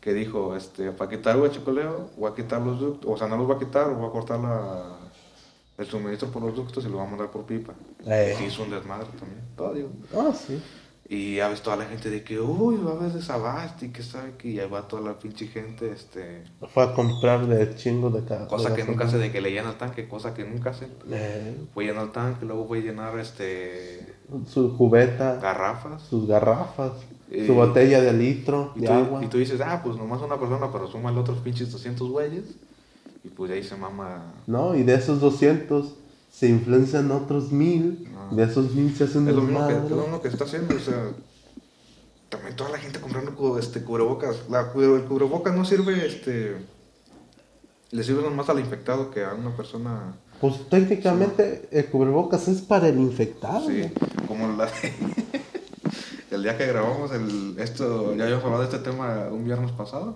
Que dijo, este, para quitar guachicoleo, voy a quitar los ductos. O sea, no los va a quitar, voy a cortar la, el suministro por los ductos y lo va a mandar por pipa. Eh. Sí, hizo un desmadre también. Todo, digo. Ah, sí. Y ya ves toda la gente de que, uy, va a haber desabasto y que sabe que. Y ahí va toda la pinche gente, este. Fue a comprarle chingo de cada Cosa que nunca hace de que le llena el tanque, cosa que nunca hace. Eh, Voy a llenar el tanque, luego voy a llenar este su cubeta. garrafas. sus garrafas, Eh, su botella de litro Y de tú, agua. y tú dices, ah, pues nomás una persona, pero suma el otros pinches 200 güeyes. Y pues de ahí se mama. ¿No? Y de esos 200 se influencian otros mil. Ah. y De esos mil se hacen Es lo mismo que, es desmadre. lo mismo que está haciendo, o sea. También toda la gente comprando cu- este, cubrebocas. La, cu- el cubrebocas no sirve, este. Le sirve nomás al infectado que a una persona. Pues técnicamente el cubrebocas es para el infectado. Sí, como la. el día que grabamos el, esto, ya habíamos hablado de este tema un viernes pasado.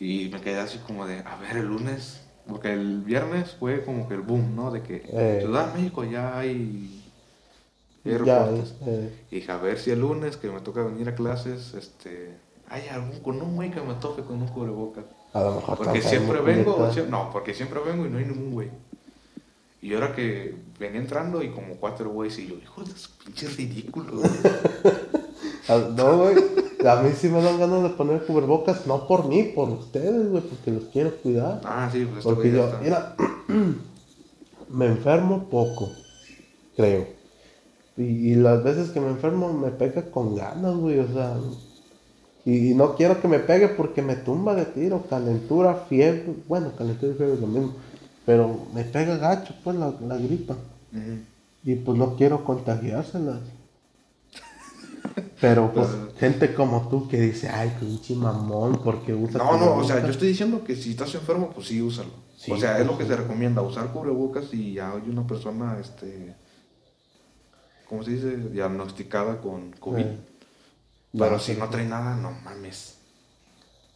Y me quedé así como de, a ver, el lunes. Porque el viernes fue como que el boom, ¿no? De que Eh. en Ciudad de México ya hay. hay Ya, reportes. eh, Y dije, a ver si el lunes que me toca venir a clases, este. Hay algún con un güey que me toque con un cubrebocas. a lo mejor Porque tampoco siempre me vengo, conecta. sie- no, porque siempre vengo y no hay ningún güey. Y ahora que venía entrando y como cuatro güeyes y yo, hijo de su pinche ridículo. güey". Ah, No, güey. A mí sí me dan ganas de poner cubrebocas, no por mí, por ustedes, güey, porque los quiero cuidar. ah, sí, pues este Porque güey ya yo, está. mira, me enfermo poco, creo. Y, y las veces que me enfermo me pega con ganas, güey, o sea. Y, y no quiero que me pegue porque me tumba de tiro, calentura, fiebre. Bueno, calentura y fiebre es lo mismo. Pero me pega gacho, pues, la, la gripa. Ujú. Y pues no quiero contagiárselas. Pero pues gente como tú que dice, ay, pinche mamón, porque usa No, no, o cubrebocas?" sea, yo estoy diciendo que si estás enfermo, pues sí, úsalo. Sí, pues, o sea, es lo que sí. se recomienda, usar cubrebocas y ya hay una persona, este, ¿cómo se dice? Diagnosticada con COVID. Eh, Pero no, si no trae nada, no mames.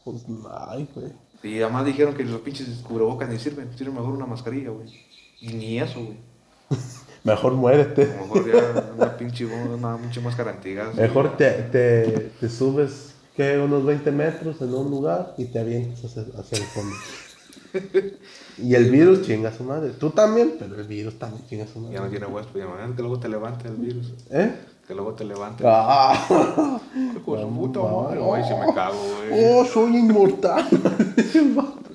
Pues, ay, güey. Y además dijeron que los pinches cubrebocas ni sirven, sirve mejor una mascarilla, güey. Y ni eso, güey. Mejor muérete. A lo mejor ya una pinche, una pinche máscara antigua. así. Mejor te, te, te subes, ¿qué? Unos 20 metros en un lugar y te avientas hacia, hacia el fondo. Y el virus chinga a su madre. Tú también, pero el virus también chinga a su Ya no madre. tiene huésped, ya mañana que luego te levante el virus. ¿Eh? Que luego te levante. Ah. Con su puta mamá. madre, güey, se me cago, güey. ¡Oh, soy inmortal!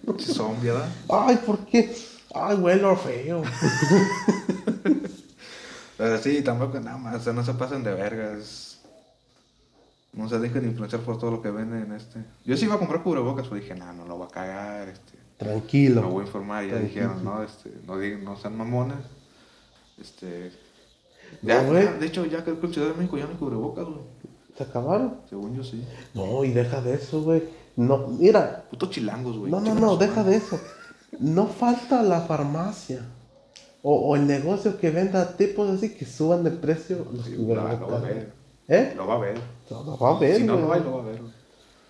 Pinche zombie, ¿verdad? ¡Ay, por qué! ¡Ay, huelo feo! Pero sí, tampoco nada más, o sea, no se pasen de vergas. No se dejen influenciar por todo lo que venden en este. Yo sí iba a comprar cubrebocas, pero dije, nah, no lo voy a cagar, este. Tranquilo. Me voy a informar, ya dijeron, no, este, no digan, no sean mamones. Este. Ya, No, güey. ya, de hecho, ya que el Club Ciudad de México ya no hay cubrebocas, güey. ¿Se acabaron? Según yo sí. No, y deja de eso, güey. No, mira. Putos chilangos, güey. No, no, Chingan a no, su deja madre. de eso. No falta la farmacia. O, o el negocio que venda tipos así que suban de precio los Sí, cubrebocas, no, no va a güey. haber. ¿Eh? Lo va a ver. No, no va a ver, si no, güey. no hay, lo va a ver, güey.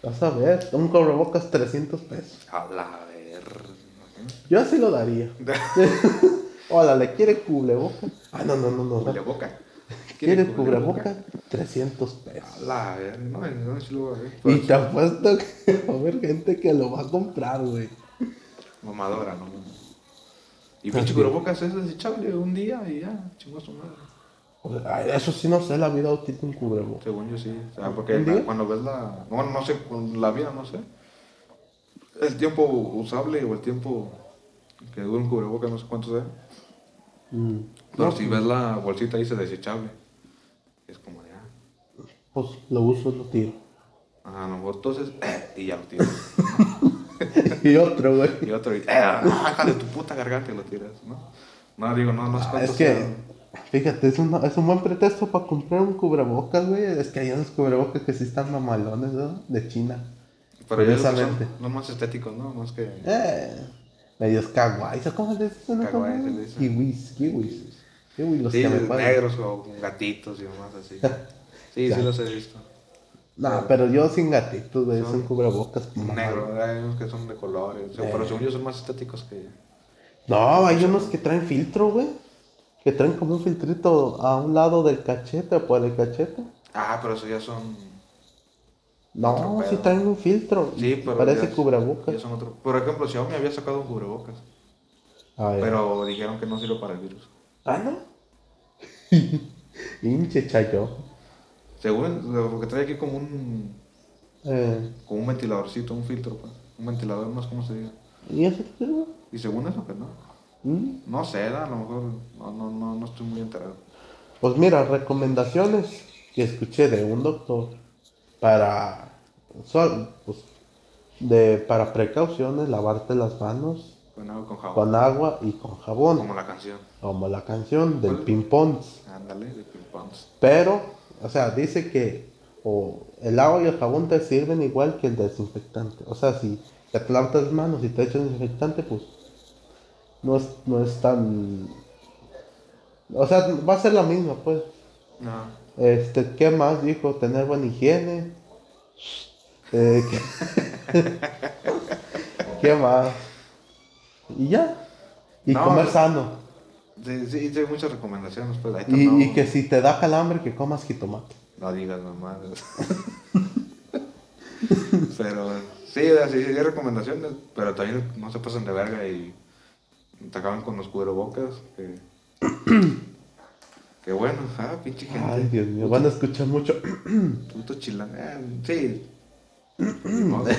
Vas a ver. Un cubrebocas 300 pesos. A la ver. Yo así lo daría. Hola, ¿le quiere cubrebocas? Ah, no, no, no, no. Cubreboca. ¿Quiere cubrebocas? 300 pesos. A la ver. No, no, sí lo va a ver. Y Pues, te apuesto que va a haber gente que lo va a comprar, güey. Mamadora, ¿no? Ah, Y pinche cubrebocas es desechable un día y ya, chingó a su madre. O sea, ay, Eso sí no sé, la vida útil de un cubrebocas. Según yo sí. O sea, porque ¿Un día? cuando ves la. No, no sé, con la vida, no sé. El tiempo usable o el tiempo que dura un cubrebocas, no sé cuánto sea. Mm. Pero No, si ves la bolsita dice desechable, es como de. ah, Pues lo uso, lo tiro. Ah, no, entonces, eh, y ya lo tiras. y otro, güey. Y otro, y, ah, baja de tu puta garganta y lo tiras, ¿no? No, digo, no, no es Ah, cuánto Es que, sea. fíjate, es, una- es un buen pretexto para comprar un cubrebocas, güey. Es que hay unos cubrebocas que sí están mamalones, ¿no? De China. Pero ya son, Curiosamente. no más estéticos, ¿no? Más que. Eh, medios kawaii. ¿sabes ¿Cómo les dicen? no? Kawaii, se le dice. Kiwis, kiwis. Kiwis, los sí, que me pagan. negros o con gatitos y demás así. Sí, sí los he visto. No, pero yo sin gatitos, güey. Son Son cubrebocas. Negros, hay unos que son de colores. o sea, Pero según yo son más estéticos que. No, hay unos que traen filtro, güey. Que traen como un filtrito a un lado del cachete o por el cachete. Ah, pero esos ya son. Otro No, pedo. sí traen un filtro. Sí, pero. Parece ya- cubrebocas. ya son otro. Por ejemplo, Xiaomi había sacado un cubrebocas. A ver. Pero dijeron que no sirve para el virus. ¿Ah, no? Hinche chayo. Según lo que trae aquí como un. Eh, Como un ventiladorcito, un filtro, pues. Un ventilador, no sé cómo se diga. ¿Y eso qué sirve? Y según eso, que no. ¿Mm? No sé, a lo mejor no, no, no, no estoy muy enterado. Pues mira, recomendaciones que escuché de un doctor para. sol- pues, de, para precauciones, lavarte las manos Con agua con jabón. con agua y con jabón. Como la canción. Como la canción del ¿Cuál? ping-pong. Ándale, de ping pong. Pero, o sea, dice que o el agua y el jabón te sirven igual que el desinfectante. O sea, si te lavas las manos y te echas desinfectante, pues no es, no es tan... O sea, va a ser la misma, pues. No. Este, ¿qué más dijo? Tener buena higiene. Eh, ¿qué- ¿Qué más? Y ya. Y No, pues, comer no. sano. Sí, sí, sí, hay muchas recomendaciones, pues ahí Y, no, y que si te da calambre, que comas jitomate. no digas mamá. pero sí, o sea, sí, sí, hay recomendaciones, pero también no se pasen de verga y te acaban con los cubrebocas. Que, que bueno, ah, pinche gente. Ay, Dios mío, van a escuchar mucho. Ah. Puto chilán. eh, sí. No, Pero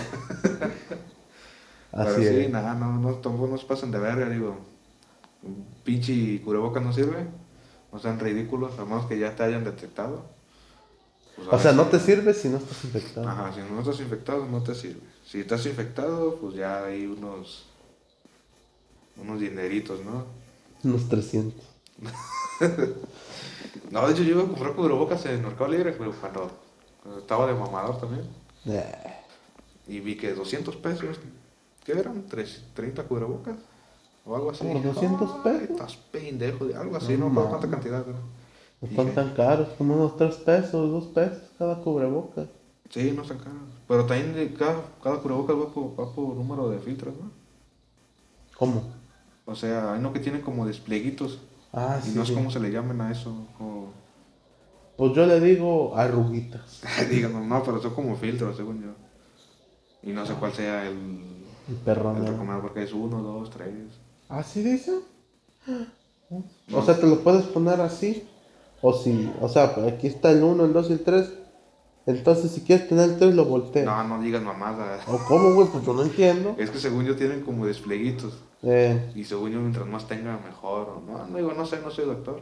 Así sí, es. nada, no, no, tampoco nos pasen de verga, digo. Pinche cubrebocas no sirve. No sean ridículos, a menos que ya te hayan detectado. Pues, O ahora sea, no sí. Ah. te sirve si no estás infectado. Ajá, si no estás infectado, no te sirve. Si estás infectado, pues ya hay unos. unos dineritos, ¿no? Unos 300. No, de hecho, yo iba a comprar cubrebocas en Mercado Libre, pero cuando Estaba de mamador también. Eh, Y vi que 200 pesos, ¿qué eran? Tres- 30 cubrebocas o algo así. ¿Por Dije, 200 "Ay, pesos? Estás pendejo, algo así, No no, me acuerdo cuánta mames. cantidad. pero- No Dije, están tan caros, como unos 3 pesos, 2 pesos cada cubrebocas. Sí, no están caros. Pero también de cada, cada cubrebocas va por, va por número de filtros, ¿no? ¿Cómo? O sea, hay uno que tiene como desplieguitos. Ah, y sí. no sé güey. cómo se le llaman a eso. como- Pues yo le digo arruguitas. Díganos, no, pero son como filtros, según yo. Y no sé cuál sea el, El el perrón. ¿no? recomendado, porque es uno, dos, tres. ¿Así dice? No. O sea, te lo puedes poner así. O si, o sea, pues, aquí está el 1, el 2 y el 3. Entonces, si quieres tener el 3, lo volteas. No, no digas mamadas. ¿O cómo, güey? Pues yo no entiendo. Es que según yo tienen como desplieguitos. Eh, Y según yo, mientras más tenga, mejor. o No, no digo, no sé, no soy doctor.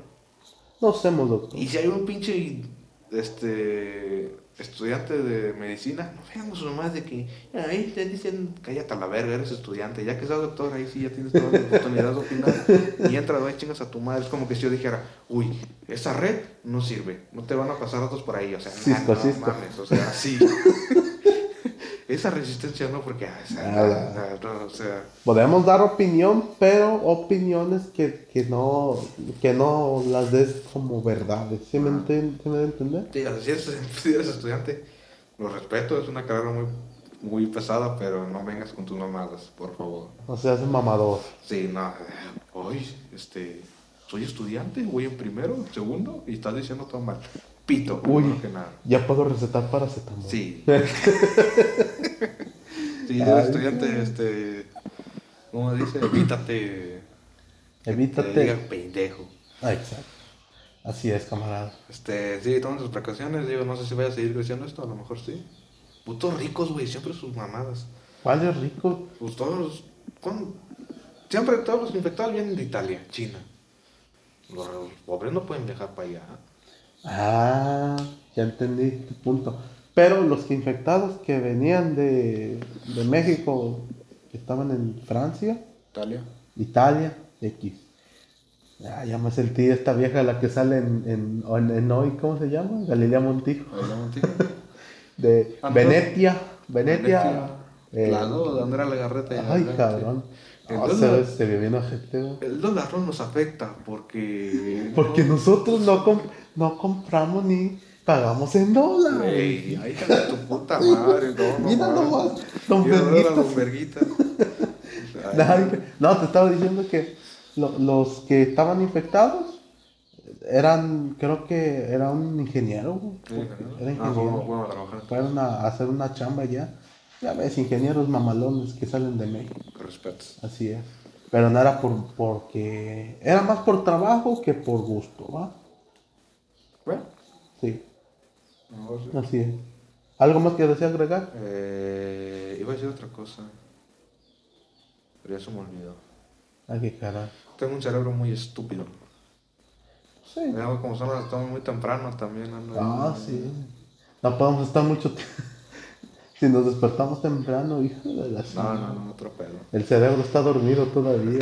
no hacemos, doctor. Y si hay un pinche este estudiante de medicina, no veamos nomás de que "Ah, ahí te dicen, cállate a la verga, eres estudiante, ya que seas doctor, ahí sí ya tienes todas las oportunidades de opinar, y entras, güey, chingas a tu madre, es como que si yo dijera, uy, esa red no sirve, no te van a pasar datos por ahí, o sea, Cisco, nah, no cisco. mames, o sea, sí. esa resistencia no, porque, ah, o sea, Nada. nah, nah, no, o sea, Podemos dar opinión, pero opiniones que, que no que no las des como verdades. ¿Sí me, enten- sí me da a entender? Sí, o sea, si eres, si eres estudiante, lo respeto, es una carrera muy, muy pesada, pero no vengas con tus mamadas, por favor. O sea, es mamador. Sí, no, hoy, este, soy estudiante, voy en primero, en segundo, y estás diciendo todo mal. Pito, Uy, primero que nada. ya puedo recetar paracetamol. Sí. sí, eres estudiante, este, ¿cómo se dice? Evítate. Que te Evítate. digan pendejo. Ah, exacto. Así es, camarada. Este, sí, tomen sus precauciones, digo, no sé si vaya a seguir creciendo esto, a lo mejor sí. Putos ricos, güey, siempre sus mamadas. ¿Cuál es rico? Pues todos los- con- siempre todos los infectados vienen de Italia, China. Los, los pobres no pueden viajar para allá. Ah, ya entendí tu punto. Pero los que infectados que venían de, de México, que estaban en Francia, Italia. Italia, X. Ah, ya me sentí esta vieja la que sale en, en, en- en hoy, ¿cómo se llama? Galilea Montijo. De Ah, no. Venetia. Venetia. eh, Claro, de Andrea Legarreta. y Ay, Andrea, cabrón. sí. Ah, Entonces- se, se vio bien objetivo. sí. El dólar no nos afecta porque... Porque nosotros no, com- no compramos ni pagamos en dólares. Güey, ahí está tu puta madre. No, no, Mira mames. nomás, don Yo veo a Verguitas. Don Verguita. Ay, Nadie- No, te estaba diciendo que lo- los que estaban infectados eran, creo que era un ingeniero. güey. sí, ¿no? Era Ah, bueno, ingeniero. bueno, a lo mejor. Fueron a hacer una chamba ya. Ya ves, ingenieros mamalones que salen de México. Con respeto. Así es. Pero no era por, porque. Era más por trabajo que por gusto, ¿va? Bueno, Sí, no sé. así es. ¿Algo más que desea agregar? Eh, iba a decir otra cosa. Pero ya se me olvidó. Ay, qué caray. Tengo un cerebro muy estúpido. Sí. Me hago como son las tomas muy temprano también. ando Ah, ahí. sí. No podemos estar mucho tiempo. si nos despertamos temprano, hijo de la No, chingada. no, no, otro pedo. El cerebro está dormido todavía.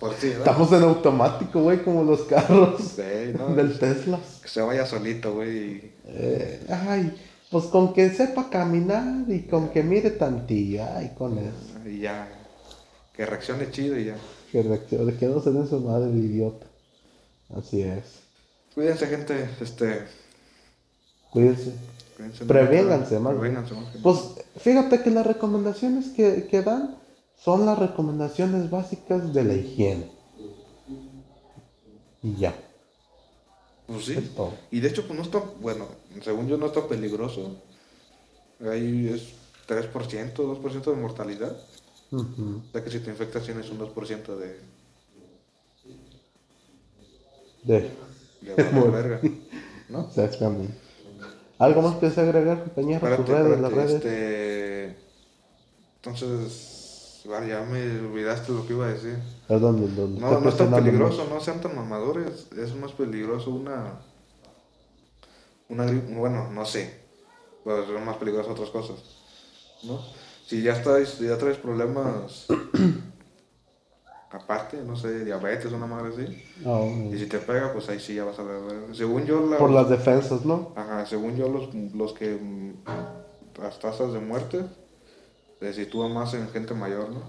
Por ti, ¿verdad? Estamos en automático, güey, como los carros Sí, no, del Tesla. Que se vaya solito, güey. Eh, ay, pues con que sepa caminar y con que mire tantillo, ay, con eso. y- Y ya. Que reaccione chido y ya. Que reaccione, que no se den su madre el idiota. Así es. Cuídense, gente. Este. Cuídense. cuídense. Prevénganse, más bien. Prevénganse, más bien. Pues fíjate que las recomendaciones que, que dan son las recomendaciones básicas de la higiene. Y ya, Pues es sí. todo. Y de hecho, pues no está. Bueno, según yo, no está peligroso. Ahí es 3%, 2% de mortalidad. Ujú. O sea que si te infectas tienes un 2% de, De- de valer verga. ¿No? Exactamente. ¿Algo más que desea agregar, compañero? Tus Espérate, redes, las espérate, redes. Este... Entonces, vale, ya me olvidaste lo que iba a decir. Perdón, del- del- No, estoy no es tan presionando peligroso, no sean tan mamadores. Es más peligroso una. Una gripe. Bueno, no sé. Pero son más peligrosas otras cosas. ¿No? Si ya, estás, si ya traes problemas aparte, no sé, diabetes o una madre así. No, Y si te pega, pues ahí sí ya vas a ver. Según yo, la- Ah, por las defensas, ¿no? Ajá, según yo, los, los que. mm, Las tasas de muerte se sitúan más en gente mayor, ¿no?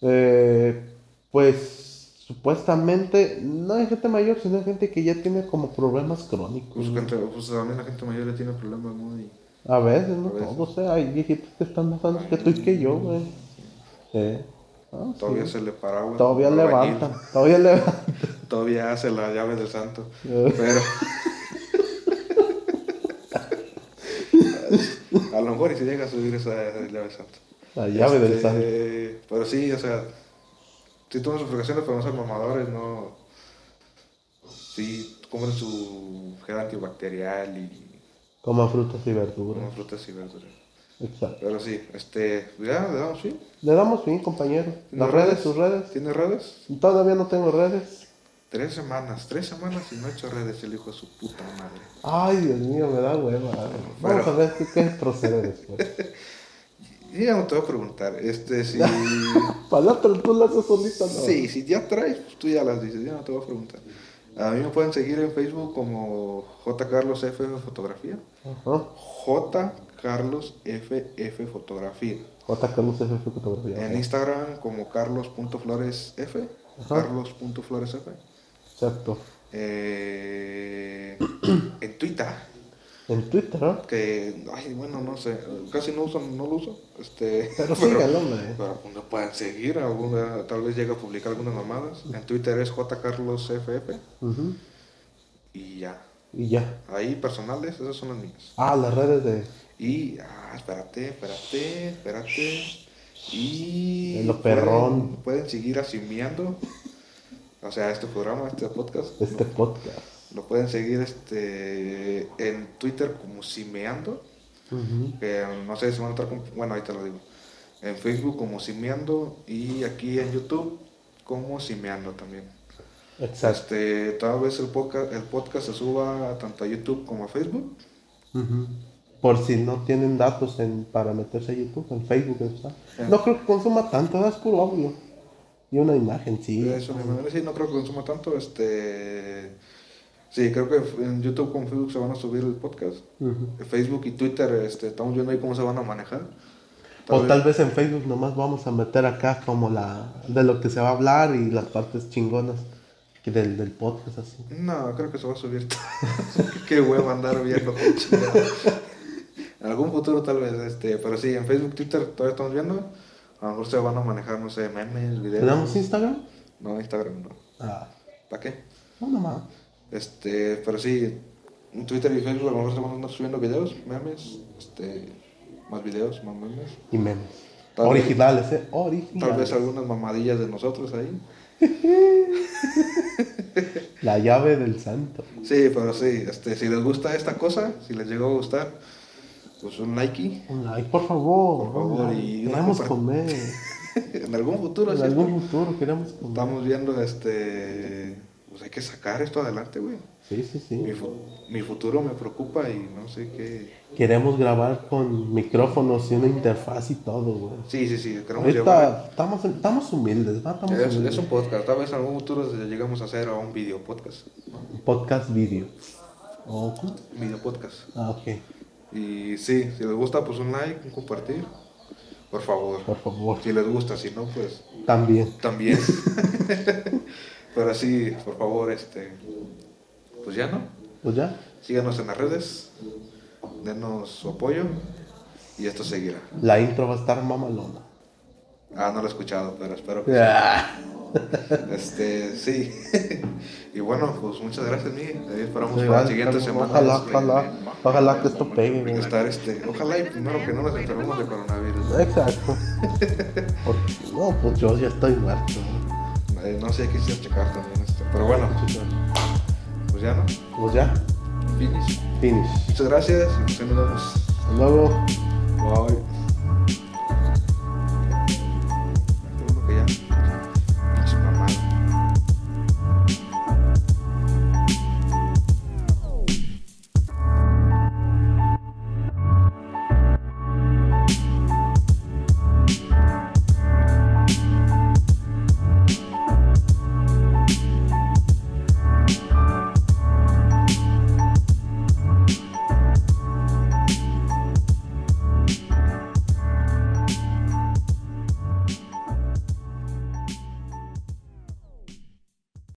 Eh, pues supuestamente no hay gente mayor, sino hay gente que ya tiene como problemas crónicos. Pues, gente- pues también la gente mayor ya tiene problemas, ¿no? Y A veces, no A veces. todos, eh, hay viejitos que están más sanos que tú y que yo, güey. Eh, ah, todavía sí. se le para, güey. Todavía Albañil. levantan, todavía levantan. Todavía hace la llave del santo. Eh. Pero. a lo mejor y si llega a subir esa llave del santo. La llave del Este, santo. Pero sí, o sea, si toman sus precauciones para no ser mamadores, no. Sí, compren su gel antibacterial y Coman frutas y coman verduras. frutas y verduras. Exacto. Pero sí, este, ya le damos fin. Le damos fin, compañero. Las redes, sus redes. ¿Tiene redes? Todavía no tengo redes. Tres semanas, tres semanas y no he hecho redes, el hijo de su puta madre. Ay, Dios mío, me da hueva. Vamos Bueno. a ver qué, qué procede después. Y ya no te voy a preguntar, este, si. Palabras tú las haces solita, ¿no? Sí, si ya traes, pues tú ya las dices, ya no te voy a preguntar. A mí me pueden seguir en Facebook como J. Carlos FF Fotografía. Ajá. J. Carlos FF Fotografía. J. Carlos F. Fotografía. En Instagram como carlos.floresf. Ajá. Carlos.floresf. Exacto. Eh, en Twitter, En Twitter, ¿no? que, ay, bueno, no sé, casi no uso, no lo uso. Este, Pero sígalo, hombre. Pero pues, no pueden seguir, alguna, tal vez llegue a publicar algunas mamadas. En Twitter es jcarlosff Ujú. y ya. Y ya. Ahí personales, esas son las mías. Ah, las redes de, Y, ah, espérate, espérate, espérate. Y. En lo pueden- perrón. Pueden, seguir asimiando. O sea, este programa, este podcast. este podcast. Lo pueden seguir este en Twitter como Simeando. Ujú. Que no sé si van a estar. con- Bueno, ahí te lo digo. En Facebook como Simeando. Y aquí en YouTube como Simeando también. Exacto. Este, tal vez el podcast, el podcast se suba tanto a YouTube como a Facebook. Ujú. Por si no tienen datos en, para meterse a YouTube, en Facebook, ¿verdad? Ya. No creo que consuma tanto, ¿verdad? es puro audio. Y una imagen, sí. Eso, mi hermano, sí, no creo que consuma tanto. Este. Sí, creo que en YouTube con Facebook se van a subir el podcast. Ujú. Facebook y Twitter, este, estamos viendo ahí cómo se van a manejar. O tal vez en Facebook nomás vamos a meter acá como la de lo que se va a hablar y las partes chingonas que del, del podcast así. No, creo que se va a subir. todo. Qué hueva andar viendo. qué chingada. en algún futuro tal vez, este, pero sí, en Facebook, Twitter todavía estamos viendo. A lo mejor se van a manejar, no sé, memes, videos. ¿Tenemos Instagram? No, Instagram no. Ah, ¿Para qué? no nomás. Este, pero sí, en Twitter y Facebook a lo mejor se van a andar subiendo videos, memes, este, más videos, más memes. Y memes. Tal vez- Originales, eh. Tal vez Originales. algunas mamadillas de nosotros ahí. La llave del santo. Sí, pero sí, este, si les gusta esta cosa, si les llegó a gustar, pues un likey. Un like, por favor. Por favor, un like. y una queremos compart- comer. en algún futuro, En si algún futuro queremos comer. estamos viendo, este, pues hay que sacar esto adelante, güey. Sí, sí, Mi, sí. fu- mi futuro me preocupa y no sé qué. Queremos grabar con micrófonos y una interfaz y todo, güey. Sí, sí, sí, queremos llevar. Ahorita estamos, estamos humildes, ¿va? Estamos Es, humildes. es un podcast, tal vez en algún futuro llegamos a hacer a un video podcast. podcast video. Oh, ¿cómo? Video podcast. Ah, ok. Y sí, si les gusta, pues un like, un compartir. Por favor. Por favor. Si les gusta, si no, pues También. también. Pero sí, por favor, este. Pues ya no. Pues ya. Síganos en las redes. Denos su apoyo. Y esto seguirá. La intro va a estar mamalona. Ah, no lo he escuchado, pero espero que sí. Ah, Este, sí. y bueno, pues muchas gracias, Miguel. Ahí esperamos Sí, para gracias, la siguiente Carlos. semana. Ojalá, este, ojalá, ojalá que esto pegue, güey. Estar este, ojalá y primero que no nos enfermemos de coronavirus. Exacto. Porque, no, pues yo ya estoy muerto. Eh, no sé, quisiera checar también esto. Pero bueno, pues ya no. Pues ya. Finish. Finish. Muchas gracias. y Nos vemos. Hasta luego. Bye.